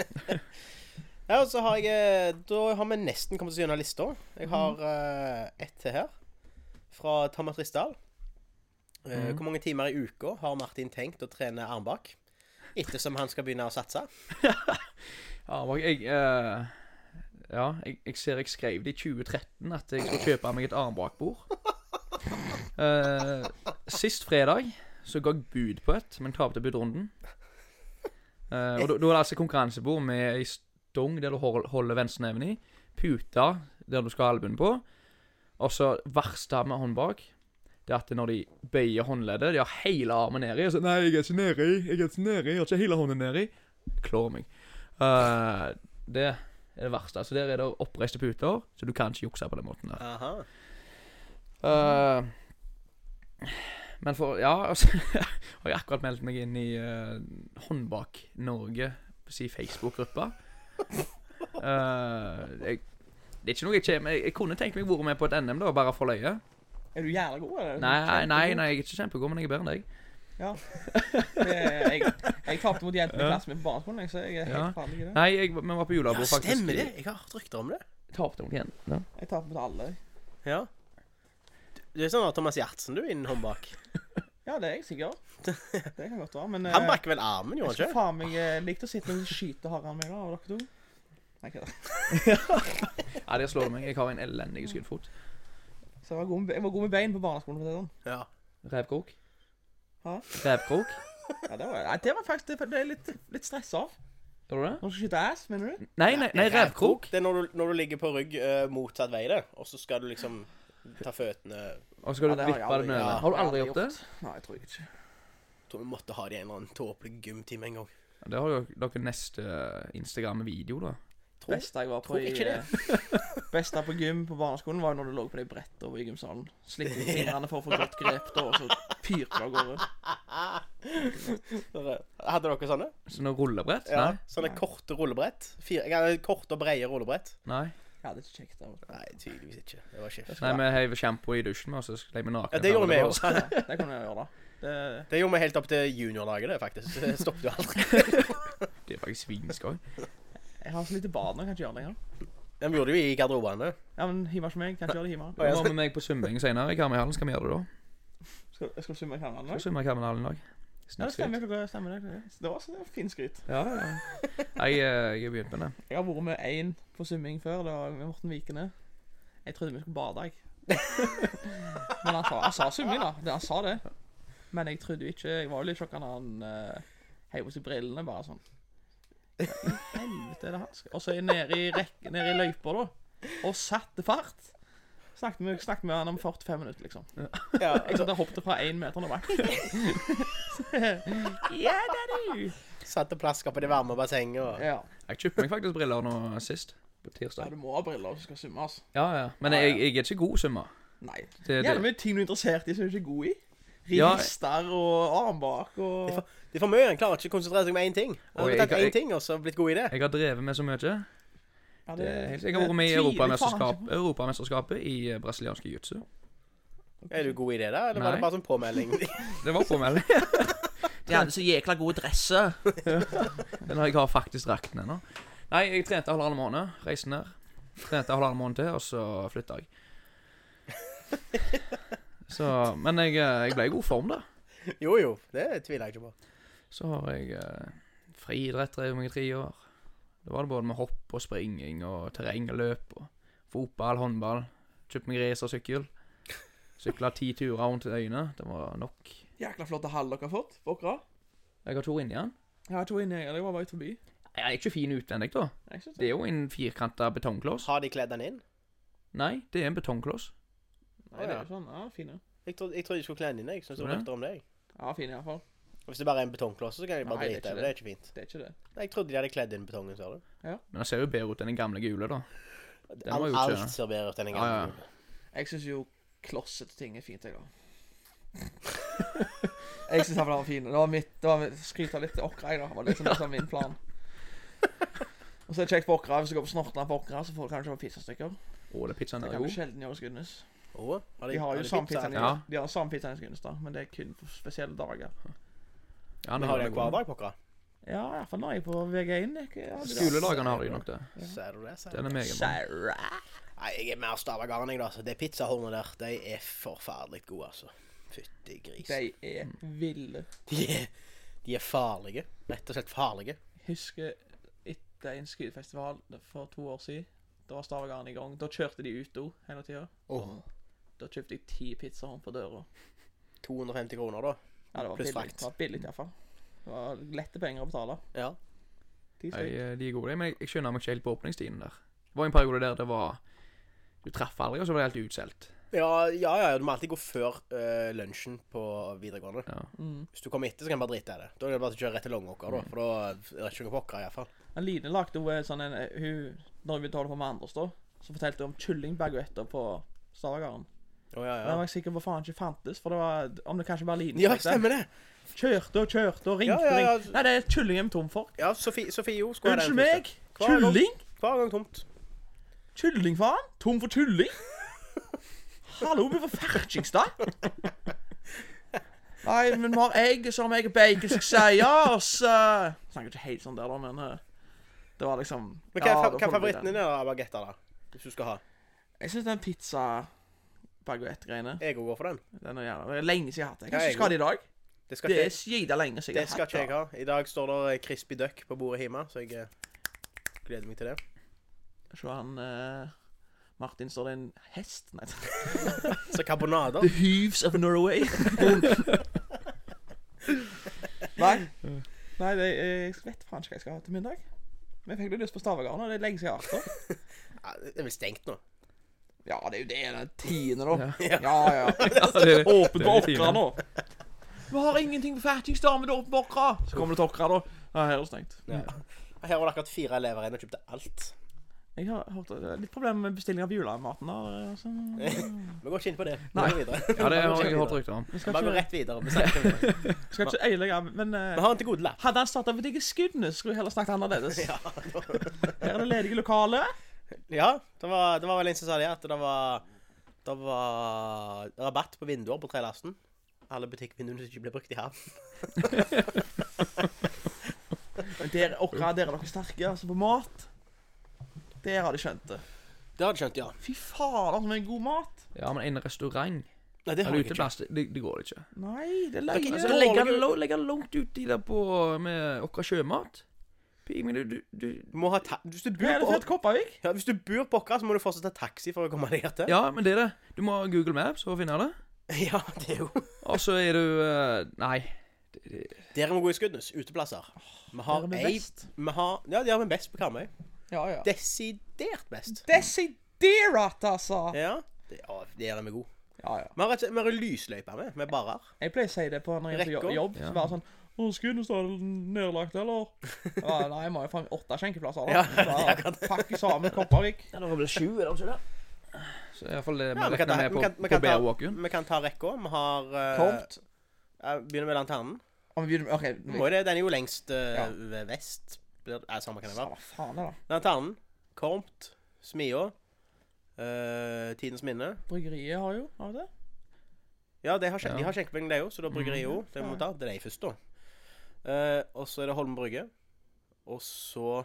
Speaker 2: Ja, og så har jeg eh, Da har vi nesten kommet oss gjennom lista. Jeg har eh, ett til her. Fra Thomas Rissdal. Eh,
Speaker 1: Mhm.
Speaker 2: Hvor mange timer i uka har Martin tenkt å trene armbak? Ettersom han skal begynne å satse.
Speaker 1: Ja, og jeg eh, Ja, jeg, jeg ser jeg skrev det i 2013 at jeg skulle kjøpe meg et armbakbord. Eh, sist fredag så ga jeg bud på et, men tapte budrunden. Eh, og da da er det altså konkurransebord med ei stong der du hol- holder venstreneven i, puta der du skal ha albuen på, og så verste med hånd bak. Det er at når de bøyer håndleddet, de har hele armen nedi. Og så 'Nei, jeg er ikke nedi. Jeg er ikke nedi. Jeg har ikke hele hånden nedi.' Klår meg. Eh, det er det verste. Så der er det oppreiste puter, så du kan ikke jukse på den måten der.
Speaker 2: Aha.
Speaker 1: Eh, men for Ja, altså <laughs> Har jeg akkurat meldt meg inn i eh, Håndbak Norge si Facebook-gruppa. Eh, jeg- det er ikke noe jeg kommer Jeg, jeg kunne tenkt meg å være med på et NM, da, bare for løye.
Speaker 3: Er du jævla god, eller?
Speaker 1: Nei, nei, nei, jeg er ikke kjempegod, men jeg er bedre enn deg.
Speaker 3: Det er- Jeg, jeg tapte mot jentene i
Speaker 1: Ja.
Speaker 3: klassen min på barneskolen, jeg, så jeg er
Speaker 1: Ja.
Speaker 3: helt farlig i det.
Speaker 1: Nei, jeg, vi var på
Speaker 2: Ja,
Speaker 1: julebord, faktisk.
Speaker 2: stemmer det! Jeg har hørt rykter om det.
Speaker 1: Tapte mot igjen. Ja.
Speaker 3: Jeg tapte mot alle.
Speaker 2: Ja. Du, du er sånn at Thomas Gjertsen, du, innen håndbak.
Speaker 3: Ja, det er jeg sikker. Det kan godt være, men eh,
Speaker 2: Han brakk vel armen,
Speaker 3: Jeg
Speaker 2: gjorde
Speaker 3: skulle
Speaker 2: han ikke?
Speaker 3: faen meg eh, likt å sitte og skyte harene mine av dere to. Nei, kødda.
Speaker 1: ja, der slår du meg. Jeg har en elendig skuddfot.
Speaker 3: Så jeg var, god med, jeg var god med bein på barneskolen. for å si det sånn.
Speaker 2: Ja.
Speaker 1: Revkrok.
Speaker 3: Hæ?
Speaker 1: Revkrok.
Speaker 3: Ja, det var, nei, det var faktisk det, det er litt, litt stress av.
Speaker 1: Gjør du det?
Speaker 3: Når du skal skyte ass, mener du?
Speaker 1: Nei, nei, nei revkrok.
Speaker 2: Det er når du, når du ligger på rygg eh, motsatt vei, det. Og så skal du liksom ta føttene
Speaker 1: Og så skal
Speaker 3: Ja,
Speaker 1: du
Speaker 3: det har jeg
Speaker 1: vippe den
Speaker 3: aldri-
Speaker 1: over.
Speaker 2: ja,
Speaker 1: Har du
Speaker 3: jeg har
Speaker 1: aldri
Speaker 3: aldri
Speaker 1: gjort det?
Speaker 3: Nei, jeg tror jeg ikke.
Speaker 2: Tror vi måtte ha det i en eller annen tåpelig gymtime en gang.
Speaker 1: Ja, Det har jo dere neste Instagram-video, da.
Speaker 2: Tror
Speaker 3: Beste jeg var på
Speaker 2: tror ikke
Speaker 3: <laughs> i eh, Beste på gym på barneskolen var jo når du lå på de brettene over i gymsalen. Slikket ut fingrene for å få godt grep, da, og så pyrte du av gårde.
Speaker 2: Dere- Hadde dere sånne?
Speaker 1: Sånn rullebrett?
Speaker 2: Ja, Sånne korte rullebrett? Fire, jeg hadde korte og brede rullebrett?
Speaker 1: Nei. Nei,
Speaker 3: Ja, det er ikke kjekt. da.
Speaker 2: Nei, tydeligvis ikke. Det var kjeft.
Speaker 1: Nei, vi heiv sjampo i dusjen, og så sklei vi nakne.
Speaker 2: Ja, det gjorde vi
Speaker 1: nedover.
Speaker 2: også.
Speaker 3: Ja, det kan du gjøre, da. Det,
Speaker 2: Det gjorde vi helt opp til juniorlaget, det, faktisk. Det stoppet jo aldri.
Speaker 1: Det er faktisk svinsk òg.
Speaker 3: jeg har så lite bad nå, jeg kan ikke gjøre det lenger.
Speaker 2: De gjorde det jo i garderobene.
Speaker 3: Ja, men Hiver ikke meg. Kan ikke gjøre det hjemme.
Speaker 1: Hva med meg på svømming senere? I Karmøyhallen skal vi gjøre det da.
Speaker 3: Skal, skal du svømme i kanalen?
Speaker 1: Skal
Speaker 3: eller?
Speaker 1: vi svømme i Karmøyhallen i dag?
Speaker 3: Ja, det
Speaker 1: Snikskritt.
Speaker 3: stemmer. Klokka stemmer det. Det var også en fin skryt.
Speaker 1: Ja, ja. Jeg, eh, jeg har begynt med det.
Speaker 3: Jeg har vært med én på svømming før. Det var med Morten Vikene. Jeg trodde vi skulle bade, jeg. Men han sa, han sa svømming, da. Det, han sa det. Men jeg trodde jo ikke Jeg var jo litt sjokka når han uh, heiv på seg brillene, bare sånn. Hva i helvete er det han skal Og så er jeg nede i, rek- nede i løypa, da. Og satte fart. Snakket med, snakket med han om 45 minutter, liksom.
Speaker 2: Ja,
Speaker 3: Jeg satt og hoppet fra én meter nå, bak. yeah, daddy!
Speaker 2: Satt og plaska på det varme bassenget og
Speaker 3: Ja.
Speaker 1: Jeg kjøpte meg faktisk briller nå sist. På
Speaker 3: ja,
Speaker 1: tirsdag.
Speaker 3: du må ha briller hvis du skal summe, altså.
Speaker 1: Ja, ja. Men
Speaker 3: Ja, ja.
Speaker 1: jeg, jeg er ikke god summer.
Speaker 3: Nei.
Speaker 1: Det,
Speaker 3: Gjerne
Speaker 1: det,
Speaker 3: mye ting du er interessert i som du ikke er god i.
Speaker 1: Ja.
Speaker 3: Rister og armbak og
Speaker 2: Det er Det er for mye. En klarer ikke å konsentrere seg om én ting. Han
Speaker 1: Oi,
Speaker 2: har
Speaker 1: jeg-
Speaker 2: tatt én
Speaker 1: jeg-
Speaker 2: ting og så blitt god i det.
Speaker 1: jeg har drevet med så mye.
Speaker 3: Ja,
Speaker 1: Det er helt, jeg har vært med i
Speaker 3: tviler jeg faen
Speaker 1: Europamesterskap,
Speaker 3: ikke på.
Speaker 1: Europamesterskapet i eh, brasiliansk jiu-jitsu.
Speaker 2: Er du god i det, da? Eller var
Speaker 1: Nei.
Speaker 2: det bare sånn påmelding? <laughs>
Speaker 1: Det var påmelding.
Speaker 3: <laughs> De hadde så jækla gode dresser.
Speaker 1: Men jeg har faktisk drakten ennå. Nei, jeg trente halvannen måned. Reiste ned. Trente halvannen måned til, og så flytta jeg. Så, men jeg, eh, jeg ble i god form, da.
Speaker 2: Jo, jo. Det tviler jeg ikke på.
Speaker 1: Så har jeg eh, friidrett drevet med i tre år. Da var det både med hopp og springing og terrengløp og fotball, håndball. Kjøpte meg racersykkel. Sykla ti turer rundt øyene. Det var nok.
Speaker 3: Jækla flotte hall dere har fått. Bokra.
Speaker 1: Jeg har to inni den.
Speaker 3: Jeg har to inni her. Jeg var bare ut forbi.
Speaker 1: Jeg er ikke fin utvendig, da.
Speaker 3: Jeg synes
Speaker 1: Det er jo en firkanta betongkloss.
Speaker 2: Har de kledd den inn?
Speaker 1: Nei, det er en betongkloss.
Speaker 3: Nei, det er jo sånn. Ja, fine.
Speaker 2: Jeg trodde, jeg trodde de skulle kle den inn. Jeg synes det
Speaker 1: Tror
Speaker 2: var
Speaker 1: du?
Speaker 2: rykter om deg.
Speaker 3: Ja, fine i hvert fall.
Speaker 2: Hvis det bare er en betongkloss, så kan jeg bare
Speaker 3: Nei, det
Speaker 2: drite i
Speaker 3: er ikke
Speaker 2: det. Det er ikke fint.
Speaker 3: Det er ikke det.
Speaker 2: Nei, Jeg trodde de hadde kledd inn betongen, ser du.
Speaker 1: Men den ser jo bedre ut enn den gamle gule, da. Den var jo
Speaker 2: Alt,
Speaker 1: ikke-
Speaker 2: alt ser bedre ut enn en
Speaker 1: Ja, ja.
Speaker 2: gang.
Speaker 3: Jeg syns jo klossete ting er fint, jeg
Speaker 1: <laughs>
Speaker 3: òg. jeg syns han var fin. Det var mitt, det var mitt skryt av litt til Åkra, jeg, da. Det var liksom, liksom min plan. Og så er det kjekt på Åkra. Hvis du går på Snortland på Åkra, så får du kanskje noen pizzastykker.
Speaker 1: Å, det pizzaen
Speaker 3: Det
Speaker 1: der er
Speaker 3: kan du
Speaker 1: god.
Speaker 3: sjelden gjøre hos Gunnes.
Speaker 2: Å, har
Speaker 3: De har
Speaker 2: har
Speaker 3: jo samme
Speaker 2: pizza?
Speaker 3: pizzaen i-
Speaker 1: Ja.
Speaker 3: de har samme pizzaen hos Gunnes, da, men det er kun på spesielle dager.
Speaker 1: Ja,
Speaker 2: Men
Speaker 1: den
Speaker 2: har
Speaker 1: er
Speaker 2: de
Speaker 1: god.
Speaker 2: hver dag, pokker?
Speaker 3: Ja, i hvert fall når jeg er på VG1. jeg- ja, det-
Speaker 1: Skoledagene har de nok det.
Speaker 3: Ja.
Speaker 2: Ser du det? Ser du
Speaker 1: Den
Speaker 2: det?
Speaker 1: er meget bra.
Speaker 3: Sarah.
Speaker 2: Nei, jeg er mer stavanger enn jeg, da. Så det pizzahornet der, de er forferdelig gode, altså. Fytti gris.
Speaker 3: De er ville.
Speaker 2: De er, de er farlige. Rett og slett farlige.
Speaker 3: husker etter en skydefestival for to år siden. Da var Stavangeren i gang. Da kjørte de Uto hele tida.
Speaker 2: Åh.
Speaker 3: Da kjøpte jeg ti pizzaer på døra.
Speaker 2: 250 kroner, da.
Speaker 3: Ja, det var
Speaker 2: Pluss
Speaker 3: billig.
Speaker 2: frakt.
Speaker 3: Det var billig iallfall. Det var lette penger å betale.
Speaker 2: Ja.
Speaker 3: Ti
Speaker 1: Jeg,
Speaker 3: stykk.
Speaker 1: eh, de er gode, de, men jeg, jeg skjønner meg ikke helt på åpningstiden der. Det var en periode der det var Du traff aldri, og så var det helt utsolgt.
Speaker 2: Ja, ja, ja, du må alltid gå før eh, lunsjen på videregående.
Speaker 1: Ja.
Speaker 3: Mm.
Speaker 2: Hvis du kommer etter, så kan du bare drite i det. Da er det bare å kjøre rett til Longåker, da. For da er det ikke noe pokker, iallfall.
Speaker 3: Men Line lagde jo eh, sånn en eh, hun, Når vi betalte på med andres, da, så fortalte hun om kyllingbaguetter på Stavangeren.
Speaker 2: Å, ja,
Speaker 3: Men jeg
Speaker 2: ja.
Speaker 3: var sikker på faen ikke fantes, for det var om det kanskje bare Line
Speaker 2: Ja,
Speaker 3: fikk det.
Speaker 2: stemmer det.
Speaker 3: Kjørte og kjørte og ringte.
Speaker 2: Ja, ja, ja.
Speaker 3: og ringte. Nei, det er kylling jeg er tom for.
Speaker 2: Ja, Sofie, Sofie Jo skulle ha den
Speaker 3: Unnskyld
Speaker 2: først.
Speaker 3: meg!
Speaker 2: Hva er det?
Speaker 3: Kylling?
Speaker 2: Hver gang tomt.
Speaker 3: Kylling, faen! Tom for
Speaker 2: <laughs>
Speaker 3: kylling? Hallo, vi er fra Ferkingstad. Nei, men vi har egg som jeg er bacon som sier oss. Snakker ikke helt sånn der, da, men eh, det var liksom
Speaker 2: Men hva,
Speaker 3: ja,
Speaker 2: er fa- hva er
Speaker 3: da får det bli
Speaker 2: favoritten
Speaker 3: den.
Speaker 2: din av bagetter, da? Hvis du skal ha.
Speaker 3: Jeg syns den pizza baguette-greiene
Speaker 2: Jeg òg går for den.
Speaker 3: Den er jævla Det er lenge siden jeg har hatt det.
Speaker 2: Ja,
Speaker 3: Kanskje
Speaker 2: jeg
Speaker 3: jeg skal ha det i dag?
Speaker 2: Det skal
Speaker 3: Det er
Speaker 2: ikke,
Speaker 3: skida lenge siden
Speaker 2: det
Speaker 3: jeg har
Speaker 2: skal
Speaker 3: hatt
Speaker 2: ikke jeg
Speaker 3: det.
Speaker 2: ha. I dag står det crispy duck på bordet hjemme, så jeg eh, gleder meg til det.
Speaker 3: Se han eh, Martin, står det en hest? Nei.
Speaker 2: Så karbonader.
Speaker 3: The Hooves of Norway. <laughs> Nei. Nei, det, jeg vet faen ikke hva jeg skal ha til middag. Men jeg fikk litt lyst på Stavagarden, og det er lenge siden jeg har hatt det.
Speaker 2: Ja, det er vel stengt nå.
Speaker 3: Ja, det er jo det den tiende, da.
Speaker 2: Ja.
Speaker 3: Ja, ja.
Speaker 1: Ja, det er-
Speaker 3: Åpent
Speaker 1: Det
Speaker 3: på
Speaker 1: er
Speaker 3: Åkra nå. Vi har ingenting på Fattingsdam, men det er åpent på Åkra. Så kommer du til Åkra, da. Nei, her er det stengt.
Speaker 2: Ja. Her var det akkurat fire elever inne og kjøpte alt.
Speaker 3: Jeg har hørt det er litt problemer med bestilling av julematen der. Altså.
Speaker 2: Vi går ikke inn på det. <laughs> Vi
Speaker 3: Nei.
Speaker 2: går videre.
Speaker 1: ja, det har jeg hørt rykter om.
Speaker 3: Vi skal
Speaker 2: Bare gå
Speaker 3: ikke,
Speaker 2: rett videre. Vi snakker om det.
Speaker 3: skal ikke øyelegge, men eh,
Speaker 2: Vi har en til gode lapp.
Speaker 3: hadde han starta butikk i Skudenes, skulle vi heller snakket <laughs> annerledes.
Speaker 2: Ja,
Speaker 3: Her er det ledige lokaler.
Speaker 2: ja det, var, det var vel en som sa det, at det var, det var rabatt på vinduer på trelasten. Alle butikkvinduene som ikke ble brukt i havn.
Speaker 3: Men der, okra, der er dere sterke, altså på mat. Der har de skjønt det.
Speaker 2: Det har du skjønt, ja.
Speaker 3: Fy fader, som er god mat!
Speaker 1: Ja, men en restaurant
Speaker 2: Nei, det
Speaker 1: eller
Speaker 2: har jeg ikke.
Speaker 1: uteplass, det, det det går ikke.
Speaker 3: Nei, det er
Speaker 2: Ok,
Speaker 3: løye.
Speaker 1: Altså,
Speaker 2: dårlig-
Speaker 1: legge det lo- legge det langt uti der på med vår sjømat. Pig, men du, du, du
Speaker 2: Du må ha ta hvis, du
Speaker 3: Hva
Speaker 2: bor på,
Speaker 3: er det for et Kopervik?
Speaker 2: ja, hvis du bor på Åkra, så må du fortsatt ta taxi for å komme deg hit.
Speaker 1: Ja, men det er det. Du må ha Google Maps for å finne det.
Speaker 2: <laughs> ja, det er jo
Speaker 1: Og så er du eh, Nei. Det, det,
Speaker 2: Der er vi gode i Skudenes. Uteplasser. Vi har
Speaker 3: Der er
Speaker 2: ei
Speaker 3: vi best.
Speaker 2: vi har, Ja, de har vi best på Karmøy.
Speaker 3: Ja, ja.
Speaker 2: Desidert best.
Speaker 3: Desiderat, altså!
Speaker 2: Ja. Det, ja, det er de gode.
Speaker 3: Ja, ja.
Speaker 2: Vi har rett og slett- vi har en lysløype med, med barrer.
Speaker 3: Jeg pleier å si det på når jeg er på
Speaker 2: Rekker.
Speaker 3: jo- jobb.
Speaker 1: Ja.
Speaker 3: Så bare sånn Å, Skudenesdalen nedlagt, eller? Ja, nei, jeg må jo faen åtte skjenkeplasser. da.
Speaker 2: Ja, <laughs>
Speaker 3: Så bare Pakk sammen kopper, Rik.
Speaker 4: Ja, det blir sju, er det ikke det?
Speaker 1: Så det er iallfall det vi
Speaker 2: Ja, vi kan
Speaker 1: regner
Speaker 2: ta-
Speaker 1: med
Speaker 2: vi
Speaker 1: på,
Speaker 2: kan- vi
Speaker 1: på
Speaker 2: kan ta-
Speaker 1: Bear Walk-in.
Speaker 2: Vi kan ta rekka. Vi har eh,
Speaker 3: Kort.
Speaker 2: jeg Begynner med lanternen.
Speaker 3: Om vi begynner med OK. nå-
Speaker 2: Må jo det, Den er jo lengst eh,
Speaker 3: Mm. Ja.
Speaker 2: ved vest. Blir, nei, samme kan det være.
Speaker 3: Hva faen er det?
Speaker 2: Lanternen, Kormt, Smia, eh, Tidens minne.
Speaker 3: Bryggeriet har jo av og til.
Speaker 2: Ja, det har skje-
Speaker 1: Ja.
Speaker 2: de har skjenkepenger, det òg, så da bryggeriet
Speaker 3: Mm.
Speaker 2: òg. Det må vi ta. Det er de først, da. Eh, og så er det Holmen brygge. Og så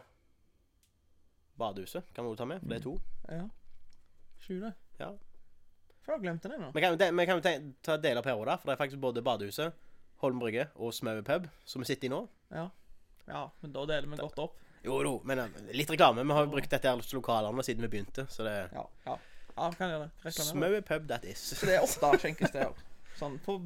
Speaker 2: Badehuset kan vi også ta med, for det er to.
Speaker 3: Ja. Sju, det.
Speaker 2: Ja.
Speaker 3: For jeg har glemt det nå.
Speaker 2: Vi kan, jo te- vi kan jo te- ta deler opp her òg, da. For det er faktisk både Badehuset, Holmen brygge og Smaue pub, som vi sitter i nå.
Speaker 3: Ja, men da deler vi godt opp.
Speaker 2: Jo, jo, men eh, litt reklame. Vi har jo brukt dette her hos lokalene siden vi begynte, så det
Speaker 3: Ja, ja. ja vi kan gjøre det. Reklamer.
Speaker 2: Smaue pub, that is.
Speaker 3: Så det er åtte skjenkesteder. Sånn på,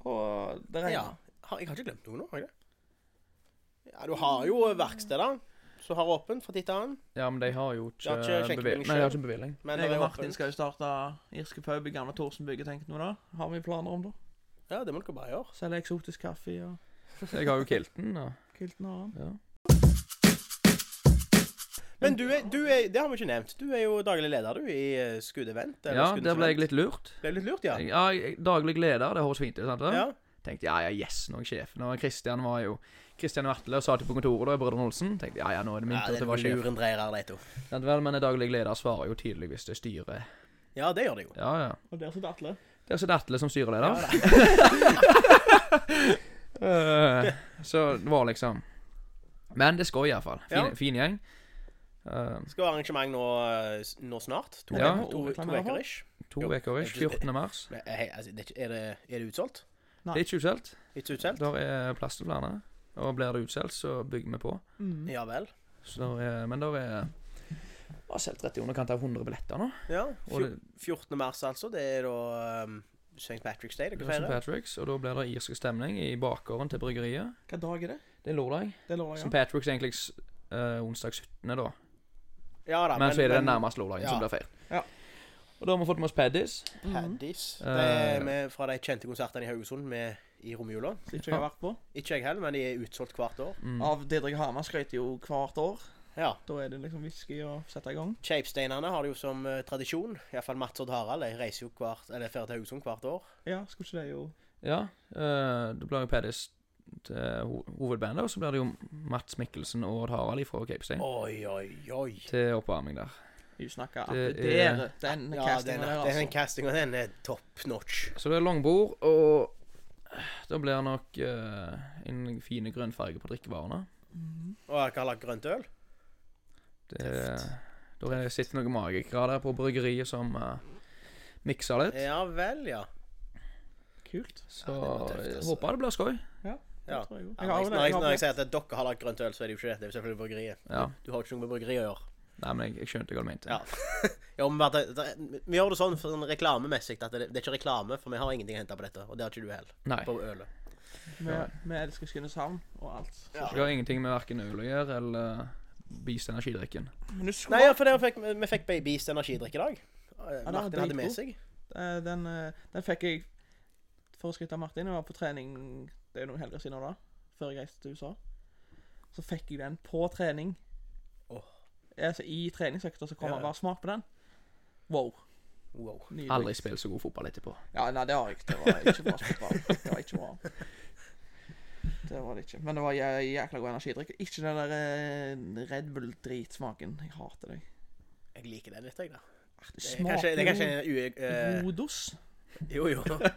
Speaker 3: på det
Speaker 2: Ja.
Speaker 3: regner.
Speaker 2: Har, jeg har ikke glemt noe nå, har jeg det? Ja, du har jo verksteder som har åpent fra tid til annen.
Speaker 1: Ja, men de har jo ikke,
Speaker 2: har ikke skjenkebevilling
Speaker 1: bevilling. Nei, de har ikke bevilling.
Speaker 2: Men
Speaker 3: Jeg
Speaker 2: det
Speaker 3: og
Speaker 2: er
Speaker 3: Martin
Speaker 2: åpent.
Speaker 3: skal jo starte irske pub i gamle Thorsenbygget, tenkte vi da. Har vi planer om det?
Speaker 2: Ja, det må dere bare gjøre.
Speaker 3: Selge eksotisk kaffe og
Speaker 1: Jeg har jo kilten.
Speaker 2: <laughs>
Speaker 1: og-
Speaker 3: Kilten har han.
Speaker 1: Ja.
Speaker 2: Men du er, du er Det har vi ikke nevnt. Du er jo daglig leder, du, i eh, Skudd Event.
Speaker 1: Ja, der ble jeg litt lurt.
Speaker 2: Ble litt lurt, ja.
Speaker 1: Jeg- Ja, jeg- daglig leder, det høres fint ut, sant? det?
Speaker 2: ja.
Speaker 1: Tenkte ja, ja, yes, nå er jeg sjef. Når Kristian var jo Kristian Vertle og sa til på kontoret, da, i Brødrene Olsen Tenkte ja, ja, nå er det min
Speaker 2: Ja,
Speaker 1: tur
Speaker 2: det
Speaker 1: til å
Speaker 2: var
Speaker 1: være sjef.
Speaker 2: lurendreiere, de to.
Speaker 1: Sant vel, men en daglig leder svarer jo tydeligvis til styret.
Speaker 2: Ja, det gjør de jo.
Speaker 1: Ja, ja.
Speaker 3: Og der sitter Atle.
Speaker 1: Det er så Atle som styreleder. Eh, så det var liksom Men det skal iallfall. Fin,
Speaker 2: Ja.
Speaker 1: fin gjeng. Eh,
Speaker 2: Skal være arrangement nå, eh, s- nå snart. To
Speaker 1: Ja.
Speaker 2: uker- to-
Speaker 3: To
Speaker 2: to uker ish.
Speaker 1: to
Speaker 2: Jo,
Speaker 1: uker ish.
Speaker 2: det er ikke-
Speaker 1: 14. mars.
Speaker 2: Men, eh, hei, altså, det Er ikke- er det, er det utsolgt?
Speaker 1: Det er ikke utsolgt.
Speaker 2: Ikke utsolgt?
Speaker 1: Der er plass til flere. Og blir det utsolgt, så bygger vi på.
Speaker 3: Mm.
Speaker 2: Ja vel.
Speaker 1: Så der er, men der er Vi har solgt rett i underkant av 100 billetter nå.
Speaker 2: Ja.
Speaker 1: Og det,
Speaker 2: fjor- 14. mars, altså. Det er da um, St. Patrick's Day
Speaker 1: det
Speaker 2: dere
Speaker 1: er St.
Speaker 2: feirer.
Speaker 1: Patrick's, og da blir det irsk stemning i bakgården til bryggeriet.
Speaker 3: Hva dag er det?
Speaker 1: Det er lørdag.
Speaker 3: Det er lørdag,
Speaker 1: St.
Speaker 3: ja.
Speaker 1: Patrick's er egentlig eh, onsdag 17., da.
Speaker 2: Ja da,
Speaker 1: Men, så er det den nærmeste lørdagen
Speaker 2: ja.
Speaker 1: som blir feiret.
Speaker 3: Ja.
Speaker 1: Og da har vi fått med oss Paddys.
Speaker 3: Mm. Mhm.
Speaker 2: Paddis.
Speaker 1: Eh.
Speaker 2: Det er med fra de kjente konsertene i Haugesund med i romjula.
Speaker 3: Som ikke jeg har vært på.
Speaker 2: Ikke jeg heller, men de er utsolgt hvert år.
Speaker 1: Mm.
Speaker 3: Av Didrik Hamar skryter jo hvert år.
Speaker 2: Ja.
Speaker 3: Da er det liksom whisky å sette i gang.
Speaker 2: Shapesteinerne har det jo som eh, tradisjon. Iallfall Mats og Harald. De reiser jo hvert, eller feirer til Haugesund hvert år.
Speaker 3: Ja, skulle ikke det jo
Speaker 1: Ja. eh, det blir jo Paddys til ho hovedbandet, og så blir det jo Mats Mikkelsen og Odd Harald fra Cape Stein
Speaker 2: Oi, oi, oi.
Speaker 1: til oppvarming der.
Speaker 3: Du snakker
Speaker 1: Det
Speaker 3: applaudere den
Speaker 2: Ja, den,
Speaker 3: castingen der,
Speaker 2: den
Speaker 3: altså.
Speaker 2: castinga, den er top notch.
Speaker 1: Så det er langbord, og da blir det nok eh, en fin grønn farge på drikkevarene.
Speaker 3: Mhm.
Speaker 2: Og jeg har lagd grønt øl.
Speaker 1: Det Da er- sitter noen magikere der på bryggeriet som eh, mikser litt.
Speaker 2: Ja vel, ja.
Speaker 3: Kult.
Speaker 1: Så
Speaker 2: Ja, det var tøft,
Speaker 1: jeg
Speaker 2: altså.
Speaker 1: håper det blir skøy.
Speaker 2: ja.
Speaker 3: Det tror jeg jo.
Speaker 2: Ja,
Speaker 3: Jeg har
Speaker 2: når, jeg,
Speaker 3: jo det,
Speaker 2: når,
Speaker 3: jeg
Speaker 2: jeg,
Speaker 3: har
Speaker 2: når jeg
Speaker 3: det.
Speaker 2: sier at dere har lagd grønt øl, så er det jo ikke det. Det er jo selvfølgelig bryggeriet.
Speaker 1: Ja.
Speaker 2: Du har jo ikke noe med bryggeriet å gjøre.
Speaker 1: Nei, men jeg, jeg skjønte hva du mente.
Speaker 2: Ja. Ja, men bare, det, det, vi gjør det sånn for sånn reklamemessig at det, det er ikke reklame, for vi har ingenting å hente på dette. Og det har ikke du heller.
Speaker 1: Nei.
Speaker 2: På ølet.
Speaker 3: Vi- Vi elsker Skudeneshavn og alt.
Speaker 2: Ja.
Speaker 1: Det har ingenting med verken øl å gjøre eller Beast energidrikken.
Speaker 3: Men du skulle
Speaker 2: Nei, ja, for det fikk, vi fikk Baby's energidrikk i dag. Eh,
Speaker 3: var
Speaker 2: Martin hadde med
Speaker 3: dritgod.
Speaker 2: seg.
Speaker 3: Eh, Den, eh, den fikk jeg for å skryte av Martin. Jeg var på trening det er jo noen helger siden da, før jeg reiste til USA. Så fikk jeg den på trening.
Speaker 2: Åh.
Speaker 3: Altså, I treningsøkta så kom
Speaker 2: Ja,
Speaker 3: han
Speaker 2: ja.
Speaker 3: bare smak på den. Wow.
Speaker 2: Wow.
Speaker 3: Nydelig.
Speaker 1: Aldri spilt så god fotball etterpå.
Speaker 3: Ja, nei, det har jeg ikke. Det var ikke bra spilt. Det var ikke bra. Det var det ikke. Men det var jæ- jækla god energidrikk. Ikke den der eh, Red Bull-dritsmaken. Jeg hater deg.
Speaker 2: Jeg liker den litt, jeg, da.
Speaker 3: Det
Speaker 2: Det er kanskje, det er kanskje
Speaker 3: smaker
Speaker 2: en u... eh,
Speaker 3: jo Rodos.
Speaker 2: <laughs> jo, jo. <laughs>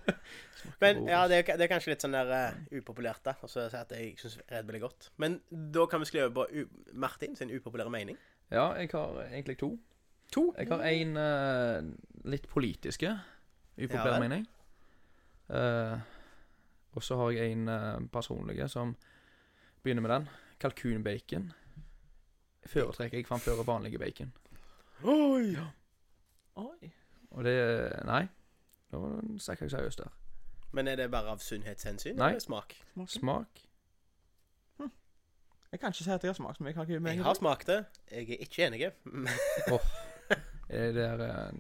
Speaker 2: Men ja, det er, det er kanskje litt sånn der eh, upopulært, da. Og så si at jeg syns Red Bull er godt. Men da kan vi skrive på u Martin sin upopulære mening.
Speaker 1: Ja, jeg har egentlig to.
Speaker 2: To.
Speaker 1: Jeg har en eh, litt politiske, upopulær
Speaker 2: Ja vel.
Speaker 1: mening. Eh, og så har jeg en eh, personlige som begynner med den. Kalkunbacon foretrekker jeg framfor vanlige bacon.
Speaker 2: Oi.
Speaker 3: Oi.
Speaker 1: Og det Nei. Nå snakker jeg seriøst der.
Speaker 2: Men er det bare av sunnhetshensyn?
Speaker 1: Nei.
Speaker 2: Eller smak?
Speaker 3: Smaken.
Speaker 1: Smak.
Speaker 3: Jeg kan ikke si at jeg har smakt så mye. Jeg har ikke
Speaker 2: Jeg
Speaker 3: men-
Speaker 2: <laughs> har smakt det. Jeg er ikke enig.
Speaker 1: Er det der eh,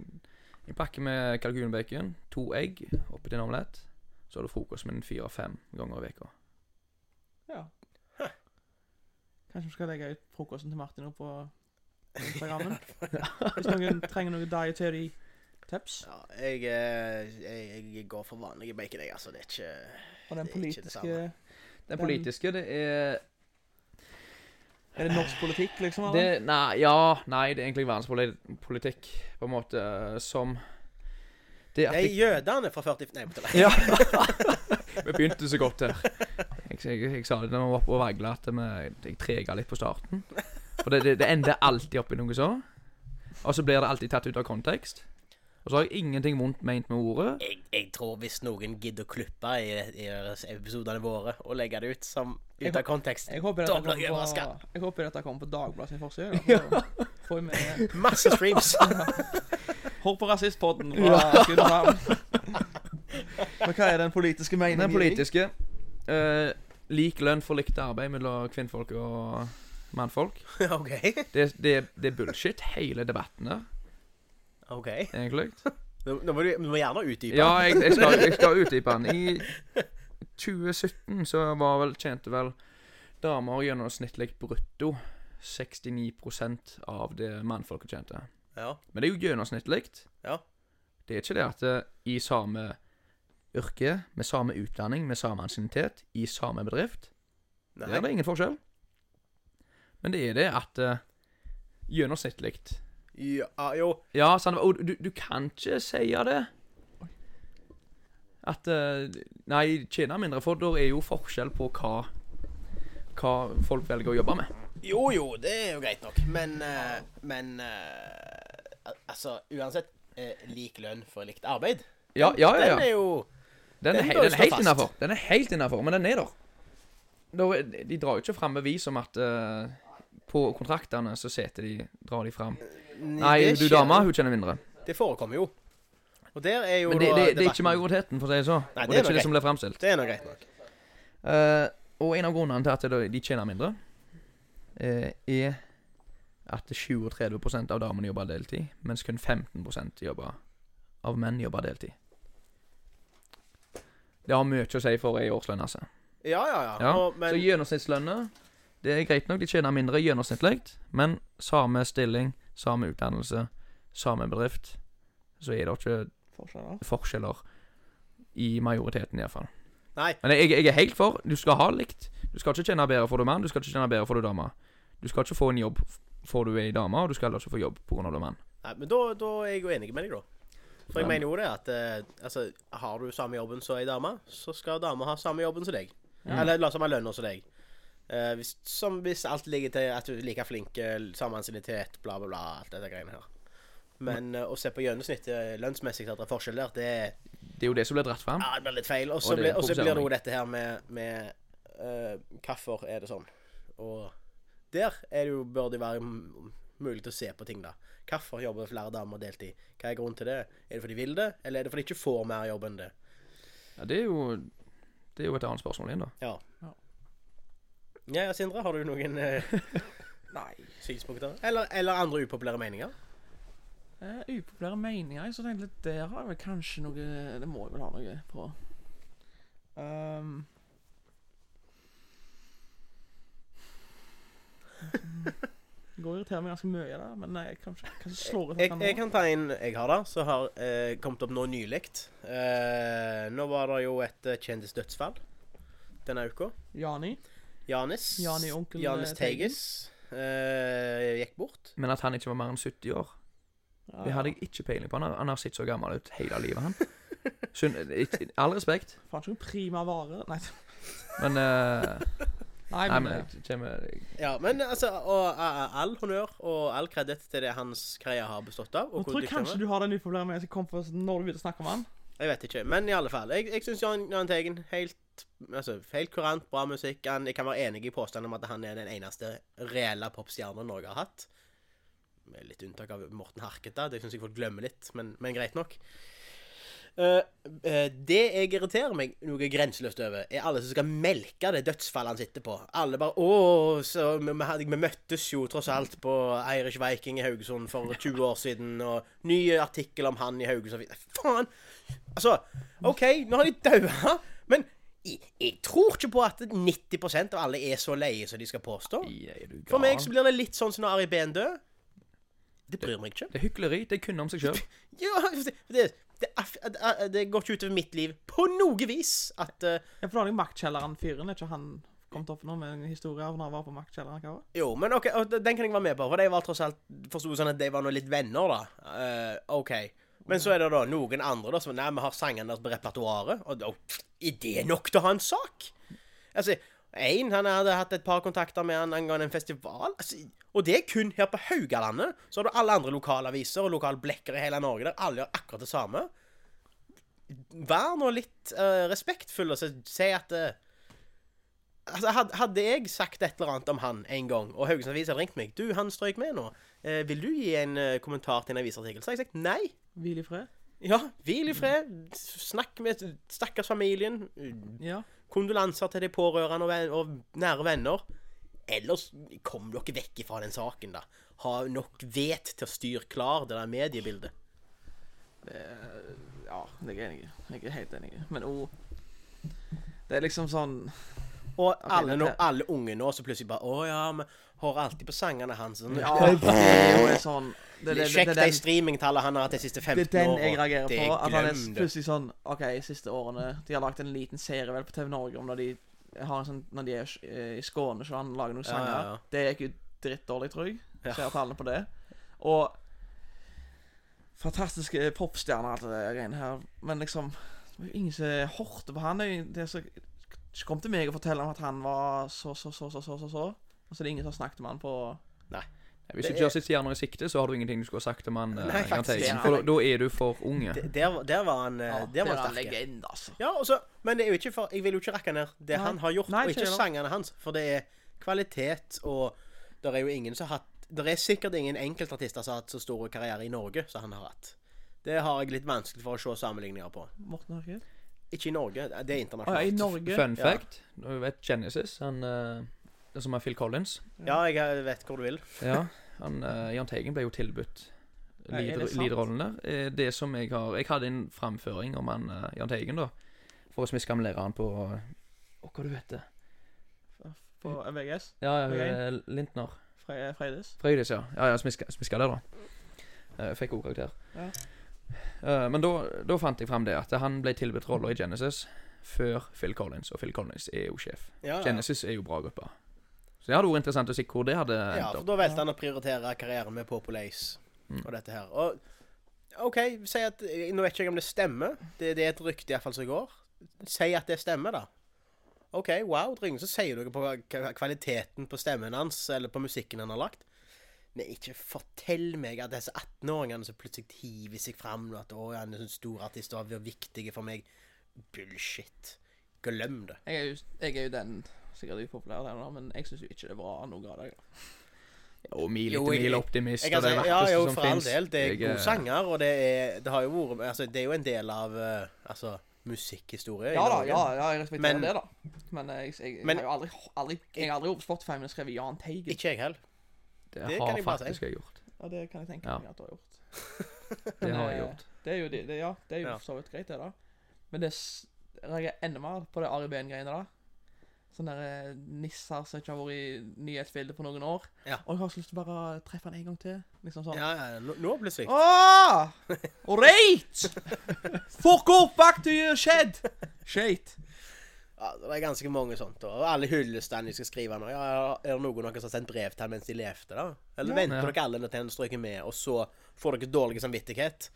Speaker 1: En pakke med kalkunbacon, to egg oppi til en omelett. Så har du frokost min fire-fem ganger i uka.
Speaker 3: Ja. Kanskje vi skal legge ut frokosten til Martin nå på Instagrammen? Hvis noen trenger noe dietary tips.
Speaker 2: Ja, jeg, eh, jeg, jeg går for vanlige bacon, jeg, altså. Det er ikke
Speaker 3: Og
Speaker 2: Det er
Speaker 3: den
Speaker 2: ikke det
Speaker 3: politiske
Speaker 2: samme.
Speaker 1: Den
Speaker 3: Den-
Speaker 1: politiske, det er
Speaker 3: Er det norsk politikk, liksom?
Speaker 1: det,
Speaker 3: Eller?
Speaker 1: Nei, ja Nei, det er egentlig verdenspolitikk, på en måte, eh, som Det at
Speaker 2: Det er
Speaker 1: jeg,
Speaker 2: jødene fra 40... Nei, på
Speaker 1: Ja. Vi begynte så godt her. Jeg, jeg, jeg sa det da vi var oppe og vagla, at vi- jeg trega litt på starten. For det, det, det ender alltid opp i noe så. Og så blir det alltid tatt ut av kontekst. Og så har jeg ingenting vondt ment med ordet.
Speaker 2: jeg, jeg tror hvis noen gidder å klippe i, i episodene våre og legge det ut som ut av kontekst
Speaker 3: Jeg håper
Speaker 2: Da
Speaker 3: dette
Speaker 2: blir jeg
Speaker 3: kommer på,
Speaker 2: overrasket.
Speaker 3: jeg håper dette kommer på Dagbladet sin
Speaker 2: <laughs>
Speaker 3: forside. da, for- Får vi med
Speaker 2: Masse
Speaker 1: <laughs>
Speaker 2: streams!
Speaker 3: Hør på rasistpodden fra <laughs> Skudehavn. Men hva er den politiske meningen?
Speaker 1: Den politiske eh, Lik lønn for likt arbeid mellom kvinnfolk og mannfolk.
Speaker 2: <laughs> OK.
Speaker 1: Det, det, det er bullshit, hele debatten der,
Speaker 2: ok
Speaker 1: egentlig.
Speaker 2: Nå, nå må du, du må gjerne utdype.
Speaker 1: Ja, jeg, jeg, skal, jeg skal utdype den. I
Speaker 2: <laughs>
Speaker 1: 2017 så var vel, tjente vel damer gjennomsnittlig brutto 69 av det mannfolket tjente.
Speaker 2: Ja.
Speaker 1: Men det er jo gjennomsnittlig.
Speaker 2: Ja.
Speaker 1: Det er ikke det at eh, i samme yrke, med samme utdanning, med samme ansiennitet, i samme bedrift Der
Speaker 2: Nei.
Speaker 1: er det ingen forskjell. Men det er det at uh, Gjennomsnittlig
Speaker 2: Ja, ah, jo.
Speaker 1: Ja, sant, og du, du kan ikke si det. At eh, Nei, tjene mindre, for da er jo forskjell på hva Hva folk velger å jobbe med.
Speaker 2: Jo, jo, det er jo greit nok. Men, eh, men eh, al- Altså, uansett eh, Lik lønn for likt arbeid.
Speaker 1: Ja, ja, ja.
Speaker 2: Den
Speaker 1: ja.
Speaker 2: er jo
Speaker 1: Den er,
Speaker 2: den
Speaker 1: he-
Speaker 2: bør
Speaker 1: den er
Speaker 2: stå
Speaker 1: helt
Speaker 2: fast.
Speaker 1: innafor. Den er helt innafor, men den er der. Da er- de drar jo ikke fram bevis om at eh, På kontraktene så setter de Drar de fram. Nei,
Speaker 2: det
Speaker 1: du
Speaker 2: skjer
Speaker 1: dama,
Speaker 2: jo.
Speaker 1: hun tjener mindre.
Speaker 2: Det forekommer jo. Og der er jo
Speaker 1: Men det,
Speaker 2: da
Speaker 1: det, det er
Speaker 2: debatten.
Speaker 1: ikke majoriteten, for å si det sånn.
Speaker 2: Nei,
Speaker 1: Og det
Speaker 2: det er
Speaker 1: er ikke
Speaker 2: nok
Speaker 1: det som blir framstilt.
Speaker 2: Det er nå greit nok.
Speaker 1: Eh, og en av grunnene til at det- de tjener mindre, eh, er at 37 av damene jobber deltid, mens kun 15 jobber, av menn jobber deltid. Det har mye å si for ei årslønn, altså.
Speaker 2: Ja, ja, ja.
Speaker 1: Ja,
Speaker 2: Og, men
Speaker 1: Så gjennomsnittslønna Det er greit nok, de tjener mindre gjennomsnittlig, men samme stilling, samme utdannelse, samme bedrift, så er det ikke
Speaker 3: Forskjeller.
Speaker 1: forskjeller i majoriteten, iallfall.
Speaker 2: Nei.
Speaker 1: Men jeg, jeg er helt for. Du skal ha likt. Du skal ikke tjene bedre for du er mann, du skal ikke tjene bedre for du er dame. Du skal ikke få en jobb f- for du er ei dame, og du skal heller ikke få jobb pga. du er mann.
Speaker 2: Nei, men da, da er jeg jo enig med deg, da. For jeg
Speaker 1: Men-
Speaker 2: mener jo det at eh, altså, har du samme jobben som ei dame, så skal dama ha samme jobben som deg.
Speaker 1: Ja.
Speaker 2: Eller la oss ha lønna som deg. Eh, hvis, som hvis alt ligger til at du er like flink, eh, samme ansiennitet, bla, bla, bla, alt dette greiene her. Men eh, å se på gjennomsnittet eh, lønnsmessig at det er forskjell der, det,
Speaker 1: Det er jo det som blir dratt fram.
Speaker 2: ja, det blir litt feil. Og
Speaker 1: Og
Speaker 2: så
Speaker 1: det
Speaker 2: blir og så
Speaker 1: provoserer
Speaker 2: blir det
Speaker 1: meg.
Speaker 2: jo dette her med, med eh, Hvorfor er det sånn? Og der er det jo, bør det jo være m- mulig til å se på ting, da. Hvorfor jobber flere damer deltid? Hva er grunnen til det? Er det fordi de vil det, eller er det fordi de ikke får mer jobb enn det?
Speaker 1: Ja, det er jo Det er jo et annet spørsmål igjen, da.
Speaker 2: Ja.
Speaker 3: Ja.
Speaker 2: Ja, ja, Sindre, har du noen eh,
Speaker 3: Nei.
Speaker 2: synspunkter? Eller, eller andre upopulære meninger?
Speaker 3: Eh, upopulære meninger. Jeg så tenkte litt Der har jeg vel kanskje noe Det må jeg vel ha noe på. Ehm. Det går og irriterer meg ganske mye, da, men jeg kan ikke kanskje slå ut
Speaker 2: Jeg,
Speaker 3: dette
Speaker 2: jeg
Speaker 3: nå.
Speaker 2: kan ta en jeg har, da, som har eh, kommet opp nå nylig. Eh, nå var det jo et eh, kjendisdødsfall denne uka.
Speaker 3: Jani.
Speaker 2: Janis.
Speaker 3: Jani, onkel,
Speaker 2: Janis
Speaker 3: eh, Teigen.
Speaker 2: Teiges eh, gikk bort.
Speaker 1: Men at han ikke var mer enn 70 år, det hadde jeg ikke peiling på. Han har, han har sett så gammel ut hele livet,
Speaker 2: <laughs>
Speaker 1: han. Syn, ikke- all respekt,
Speaker 3: Faen ikke noen prima vare. Nei,
Speaker 1: men
Speaker 2: <laughs>
Speaker 1: eh,
Speaker 3: nei,
Speaker 1: Nei,
Speaker 3: men,
Speaker 1: men
Speaker 2: eh,
Speaker 1: jeg kommer
Speaker 2: Ja, men altså, og, eh, all honnør og all kreditt til det hans karriere har bestått av.
Speaker 3: Nå
Speaker 2: Og hvor
Speaker 3: tror jeg
Speaker 2: dyktig han
Speaker 3: kanskje
Speaker 2: var.
Speaker 3: du har den upopulære meningen som kom for når du begynte å snakke om han.
Speaker 2: Jeg vet ikke, men i alle fall. Jeg, jeg syns Jan, Jan Teigen helt Altså, helt kurant, bra musikk. Han, jeg kan være enig i påstanden om at han er den eneste reelle popstjernen Norge har hatt. Med litt unntak av Morten Harket, da. Det syns jeg folk glemmer litt, men, men greit nok. Eh, eh, det jeg irriterer meg noe grenseløst over, er alle som skal melke det dødsfallet han sitter på. Alle bare 'Å, så vi, vi, hadde- vi møttes jo tross alt på Irish Viking i Haugesund for 20 år siden', og 'ny artikkel om han i Haugesund' Faen! Altså, OK, nå har de daua, men jeg, jeg tror ikke på at 90 av alle er så leie som de skal påstå.
Speaker 1: Er du
Speaker 2: For meg
Speaker 1: gal?
Speaker 2: så blir det litt sånn som når Ari Behn dør. Det bryr meg ikke.
Speaker 1: Det er hykleri. Det er kun om seg
Speaker 2: <laughs>
Speaker 1: sjøl.
Speaker 2: Ja, det, det, det, er- det går ikke utover mitt liv på noe vis at eh,
Speaker 3: Ja, for da har jeg Maktkjelleren-fyren. Er ikke han kommet opp nå med en historie av når han var på Maktkjelleren? hva var det?
Speaker 2: Jo, men OK, og den kan jeg være med på, for de var tross alt forsto sånn at de var nå litt venner, da. Eh, OK. Men så er det da noen andre da som Nei, vi har sangene deres på repertoaret. Og da er det nok til å ha en sak? Altså, én Han hadde hatt et par kontakter med han angående en festival. Altså, og det er kun her på Haugalandet. Så har du alle andre lokalaviser og lokalblekker i hele Norge der alle gjør akkurat det samme. Vær nå litt eh, respektfull og så si at eh, Altså, had- hadde jeg sagt et eller annet om han en gang, og Haugesund Avis hadde ringt meg Du, han strøyk med nå. Eh, vil du gi en eh, kommentar til en avisartikkel? Så har jeg sagt nei.
Speaker 3: Hvil i fred?
Speaker 2: Ja, hvil i fred. S- Snakk med stakkars familien.
Speaker 1: Ja.
Speaker 2: Kondolanser til de pårørende og, ven og nære venner. Ellers kom dere vekk fra den saken, da. Ha nok vet til å styre klar det der mediebildet.
Speaker 3: Det, er- ja, det er jeg enig i. Jeg er helt enig i. Men òg Det er liksom sånn
Speaker 1: <laughs>
Speaker 2: Og alle,
Speaker 3: dette-
Speaker 2: nå, alle unge nå som plutselig bare Å ja, vi hører alltid på sangene hans. Sånn, <laughs>
Speaker 3: Ja, det er jo sånn det, det, det,
Speaker 2: Sjekk
Speaker 3: det,
Speaker 2: de
Speaker 3: den-
Speaker 2: streamingtallene han har hatt de siste
Speaker 3: det er
Speaker 2: 15
Speaker 3: den
Speaker 2: årene.
Speaker 3: jeg reagerer
Speaker 2: Det
Speaker 3: på. At han er
Speaker 2: glem det.
Speaker 3: plutselig sånn OK, de siste årene De har lagt en liten serie vel på TV Norge om når de har en sånn Når de er s- eh, i Skåne, så han lager noen
Speaker 2: Ja,
Speaker 3: sanger.
Speaker 2: ja, ja.
Speaker 3: Det gikk jo drittdårlig, tror jeg.
Speaker 2: Ja.
Speaker 3: Ser tallene på det. Og Fantastiske eh, popstjerner og alt det der greiene her, men liksom Det var jo ingen som hørte på han. Det er jo- det er så som kom til meg og fortalte om at han var så, så, så, så, så, så, så. Og så er det ingen som har snakket med han på
Speaker 1: Hvis du
Speaker 2: Det
Speaker 1: ikke
Speaker 2: er-
Speaker 1: har sitt stjerner i sikte, så har du ingenting du skulle ha sagt om han. eh,
Speaker 2: Nei, faktisk
Speaker 1: Jahn Teigen,
Speaker 3: ikke.
Speaker 1: For da- da er du for unge.
Speaker 2: D- Der, der var han, eh, der var han sterk.
Speaker 3: legende, altså.
Speaker 2: Ja, og så- men det er jo ikke for, jeg vil jo ikke rakke ned det
Speaker 3: Nei.
Speaker 2: han har gjort,
Speaker 3: Nei,
Speaker 2: og
Speaker 3: ikke
Speaker 2: ikke
Speaker 3: heller.
Speaker 2: sangene hans. For det er kvalitet, og der er jo ingen som har hatt Der er sikkert ingen enkeltartister som har hatt så stor karriere i Norge som han har hatt. Det har jeg litt vanskelig for å se sammenligninger på.
Speaker 3: Morten Harket?
Speaker 2: Ikke i Norge, det er
Speaker 3: Å ja, i
Speaker 2: internasjonalt.
Speaker 3: Norge.
Speaker 1: Fun
Speaker 2: Ja.
Speaker 1: fact. Du vet Genesis, han eh, den som er Phil Collins.
Speaker 2: Ja, jeg vet hvor du vil.
Speaker 1: Ja, <laughs> han, eh, Jahn Teigen ble jo tilbudt
Speaker 3: Nei, er det
Speaker 1: lider-
Speaker 3: sant?
Speaker 1: liderrollen der. Eh, Det som jeg har Jeg hadde en framføring om han eh, Jahn Teigen, da. For å smiskamlere han på Å, hva du heter det?
Speaker 3: På
Speaker 2: Mm.
Speaker 3: VGS?
Speaker 1: Ja, ja, hun,
Speaker 3: Ok.
Speaker 1: eh, Lintner.
Speaker 3: Fre Freidis?
Speaker 1: Frøydis, ja. Ja, ja, smiska, smiska det, da. Eh, fikk god karakter.
Speaker 3: Ja.
Speaker 1: Eh, men da da fant jeg fram det at han ble tilbudt roller i Genesis før Phil Collins, og Phil Collins er jo sjef.
Speaker 2: Ja, ja.
Speaker 1: Genesis er jo bra gruppe. Så det hadde vært interessant å se hvor det hadde
Speaker 2: Ja,
Speaker 1: endt
Speaker 2: for
Speaker 1: opp.
Speaker 2: da valgte han å prioritere karrieren med Populace
Speaker 1: Mm.
Speaker 2: og dette her. Og OK, si at Nå vet ikke jeg om det stemmer. Det, det er et rykte iallfall som går. Si at det stemmer, da. OK, wow, Drynge, så sier dere på k- kvaliteten på stemmen hans, eller på musikken han har lagt. Men ikke fortell meg at disse 18-åringene som plutselig hiver seg fram nå, at 'Å, han er sånn stor artist og har vært viktig for meg'. Bullshit. Glem det.
Speaker 3: Jeg er jo, jeg er jo den sikkert upopulær der nå, men jeg syns jo ikke det er bra noe av det.
Speaker 1: Og mil
Speaker 2: Jo,
Speaker 1: etter
Speaker 2: jeg-
Speaker 1: mil optimist,
Speaker 2: Jeg kan
Speaker 1: og det
Speaker 2: si-
Speaker 1: er
Speaker 2: ja,
Speaker 1: verktøyet
Speaker 2: jo,
Speaker 1: som
Speaker 2: for all
Speaker 1: finnes.
Speaker 2: del. Det er
Speaker 1: Jeg, eh,
Speaker 2: gode sanger, og det er, det har jo vært altså, Det er jo en del av eh, altså, musikkhistorie. i
Speaker 3: Ja da,
Speaker 2: Norge.
Speaker 3: ja, ja jeg respekterer
Speaker 2: Men-
Speaker 3: det, da. Men eh, jeg, jeg,
Speaker 2: Men-
Speaker 3: jeg har jo aldri, aldri Jeg har aldri gjort Spotify, men skrevet Jahn Teigen.
Speaker 2: Ikke jeg heller.
Speaker 1: Det,
Speaker 2: det kan
Speaker 1: har
Speaker 2: jeg bare si.
Speaker 1: faktisk jeg gjort.
Speaker 3: Ja, det kan jeg tenke
Speaker 1: Ja.
Speaker 3: meg at du har gjort.
Speaker 1: Det
Speaker 3: Men,
Speaker 1: har jeg
Speaker 3: eh,
Speaker 1: gjort.
Speaker 3: <laughs> Det er jo det, det, ja, det er jo
Speaker 2: Ja.
Speaker 3: for så vidt greit, det, da. Men det s- jeg reagerer enda mer på det Ari Behn-greiene, da. Sånne der, eh, nisser som ikke har vært i nyhetsbildet på noen år.
Speaker 2: Ja.
Speaker 3: Og jeg har så lyst til å bare treffe han en gang til. Liksom sånn.
Speaker 2: Ja, ja, nå, nå plutselig.
Speaker 3: Ah! All right! Fuck off back to your shed! Shit.
Speaker 2: Ja, det er ganske mange sånt. Og alle hyllestene de skal skrive nå. Ja, er det noen av dere som har sendt brev til ham mens de levde, da? Eller
Speaker 3: Ja.
Speaker 2: venter
Speaker 1: Ja.
Speaker 2: dere alle til han stryker med, og så får dere dårlig samvittighet?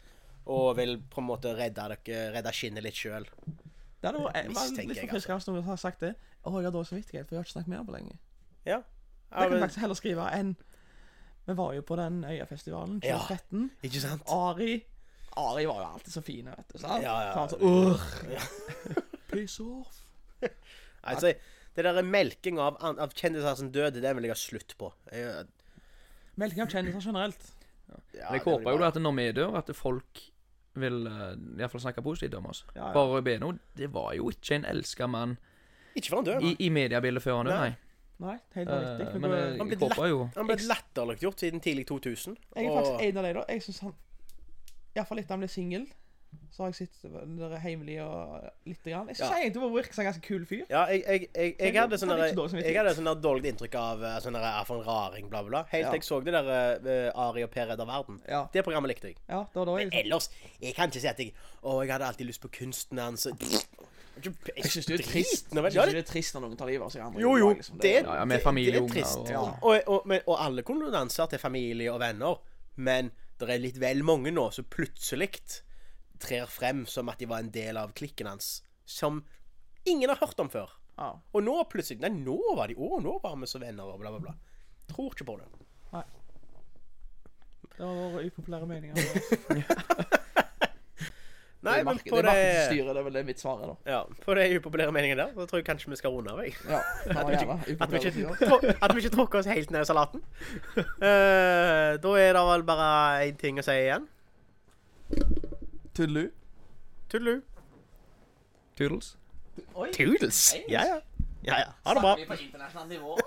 Speaker 2: Og vil på en måte redde dere, redde skinnet litt sjøl.
Speaker 3: Det hadde vært eh, var
Speaker 2: Mistenker
Speaker 3: litt
Speaker 2: jeg, altså.
Speaker 3: forfriskende hvis noen hadde sagt det. Å, jeg har dårlig samvittighet, for jeg har ikke snakket med ham på lenge.
Speaker 2: Ja.
Speaker 3: Det
Speaker 2: Ja,
Speaker 3: kan jeg
Speaker 2: men,
Speaker 3: faktisk heller skrive enn Vi var jo på den Øyafestivalen
Speaker 2: Ja.
Speaker 3: 2013.
Speaker 2: ikke sant?
Speaker 3: Ari Ari var jo alltid så fin, vet du. Sant?
Speaker 2: Ja, ja.
Speaker 3: Så han så, «Urgh!» Piss off.
Speaker 2: Altså, det der melking av, an- av kjendiser som døde, det vil jeg ha slutt på. Jeg,
Speaker 3: Melding av kjendiser generelt.
Speaker 2: ja,
Speaker 1: Men jeg
Speaker 2: det blir
Speaker 1: håper jo
Speaker 2: bra.
Speaker 1: da at når vi dør, at folk vil eh, i hvert fall snakke positivt om oss.
Speaker 3: Ja, ja.
Speaker 1: Bare Beno, det var jo ikke en elska mann
Speaker 2: Ikke for han død.
Speaker 1: i, i mediebildet før han døde,
Speaker 2: Nei.
Speaker 1: nei.
Speaker 3: Nei, helt
Speaker 1: Eh,
Speaker 3: riktig.
Speaker 1: men
Speaker 3: Men,
Speaker 1: eh,
Speaker 2: Han ble
Speaker 1: Kåpa er jo
Speaker 2: Han ble latterliggjort siden tidlig 2000.
Speaker 3: jeg er faktisk
Speaker 2: Og
Speaker 3: en av de, da. Jeg syns han Iallfall etter han ble singel, så har jeg sett det der heimelig og lite grann. Jeg syns
Speaker 2: Ja.
Speaker 3: egentlig han virker som en ganske kul fyr.
Speaker 2: ja, jeg, jeg, jeg, jeg
Speaker 3: Det er
Speaker 2: hadde
Speaker 3: litt
Speaker 2: sånn der-
Speaker 3: dårlig samvittighet.
Speaker 2: Jeg hadde sånn der dårlig inntrykk av eh, sånn der, er for en raring, bla, bla, bla. Helt
Speaker 3: Ja.
Speaker 2: til jeg så det der eh, Ari og Per redder verden.
Speaker 3: Ja,
Speaker 2: Det programmet likte jeg.
Speaker 3: ja det var da jeg
Speaker 2: Men ellers Jeg kan ikke si at jeg Å, jeg hadde alltid lyst på kunsten hans. og- Jeg
Speaker 3: Jeg syns det er trist.
Speaker 2: Nei,
Speaker 3: Jeg
Speaker 2: men,
Speaker 3: synes
Speaker 2: ja,
Speaker 3: jo
Speaker 2: det,
Speaker 3: det er trist når noen tar livet av seg. andre
Speaker 2: jo,
Speaker 3: i
Speaker 2: jo.
Speaker 3: dag, liksom.
Speaker 2: Det,
Speaker 1: Ja, ja, med
Speaker 2: det-
Speaker 1: familieunger og-
Speaker 2: Det er trist.
Speaker 1: Ja.
Speaker 2: Og, og, men, og alle kondolanser til familie og venner, men det er litt vel mange nå som plutselig trer frem som at de var en del av klikken hans, som ingen har hørt om før.
Speaker 3: ja.
Speaker 2: Og nå plutselig Nei, nå var de Å, nå var vi så venner, og bla, bla, bla. Tror ikke på det.
Speaker 3: Det var våre upopulære <laughs> meninger. Det
Speaker 2: Nei,
Speaker 3: er
Speaker 2: men
Speaker 3: mark-
Speaker 2: på
Speaker 3: det er markedet som
Speaker 2: det
Speaker 3: styrer, det er vel det mitt svar er, da.
Speaker 2: ja, på det upopulære meningen der, så tror jeg kanskje vi skal runde av. jeg.
Speaker 3: Ja, han var jævla
Speaker 2: At vi
Speaker 3: upopulære
Speaker 2: ikke,
Speaker 3: fyr.
Speaker 2: trå- at vi ikke tråkker oss helt ned i salaten. Eh, da er det vel bare én ting å si igjen.
Speaker 3: Tudelu.
Speaker 2: Tudelu.
Speaker 1: Toodles.
Speaker 3: Oi.
Speaker 2: Toodles. Ja, ja. ja, ja. Ha det bra.
Speaker 3: Snakker vi på internasjonalt nivå?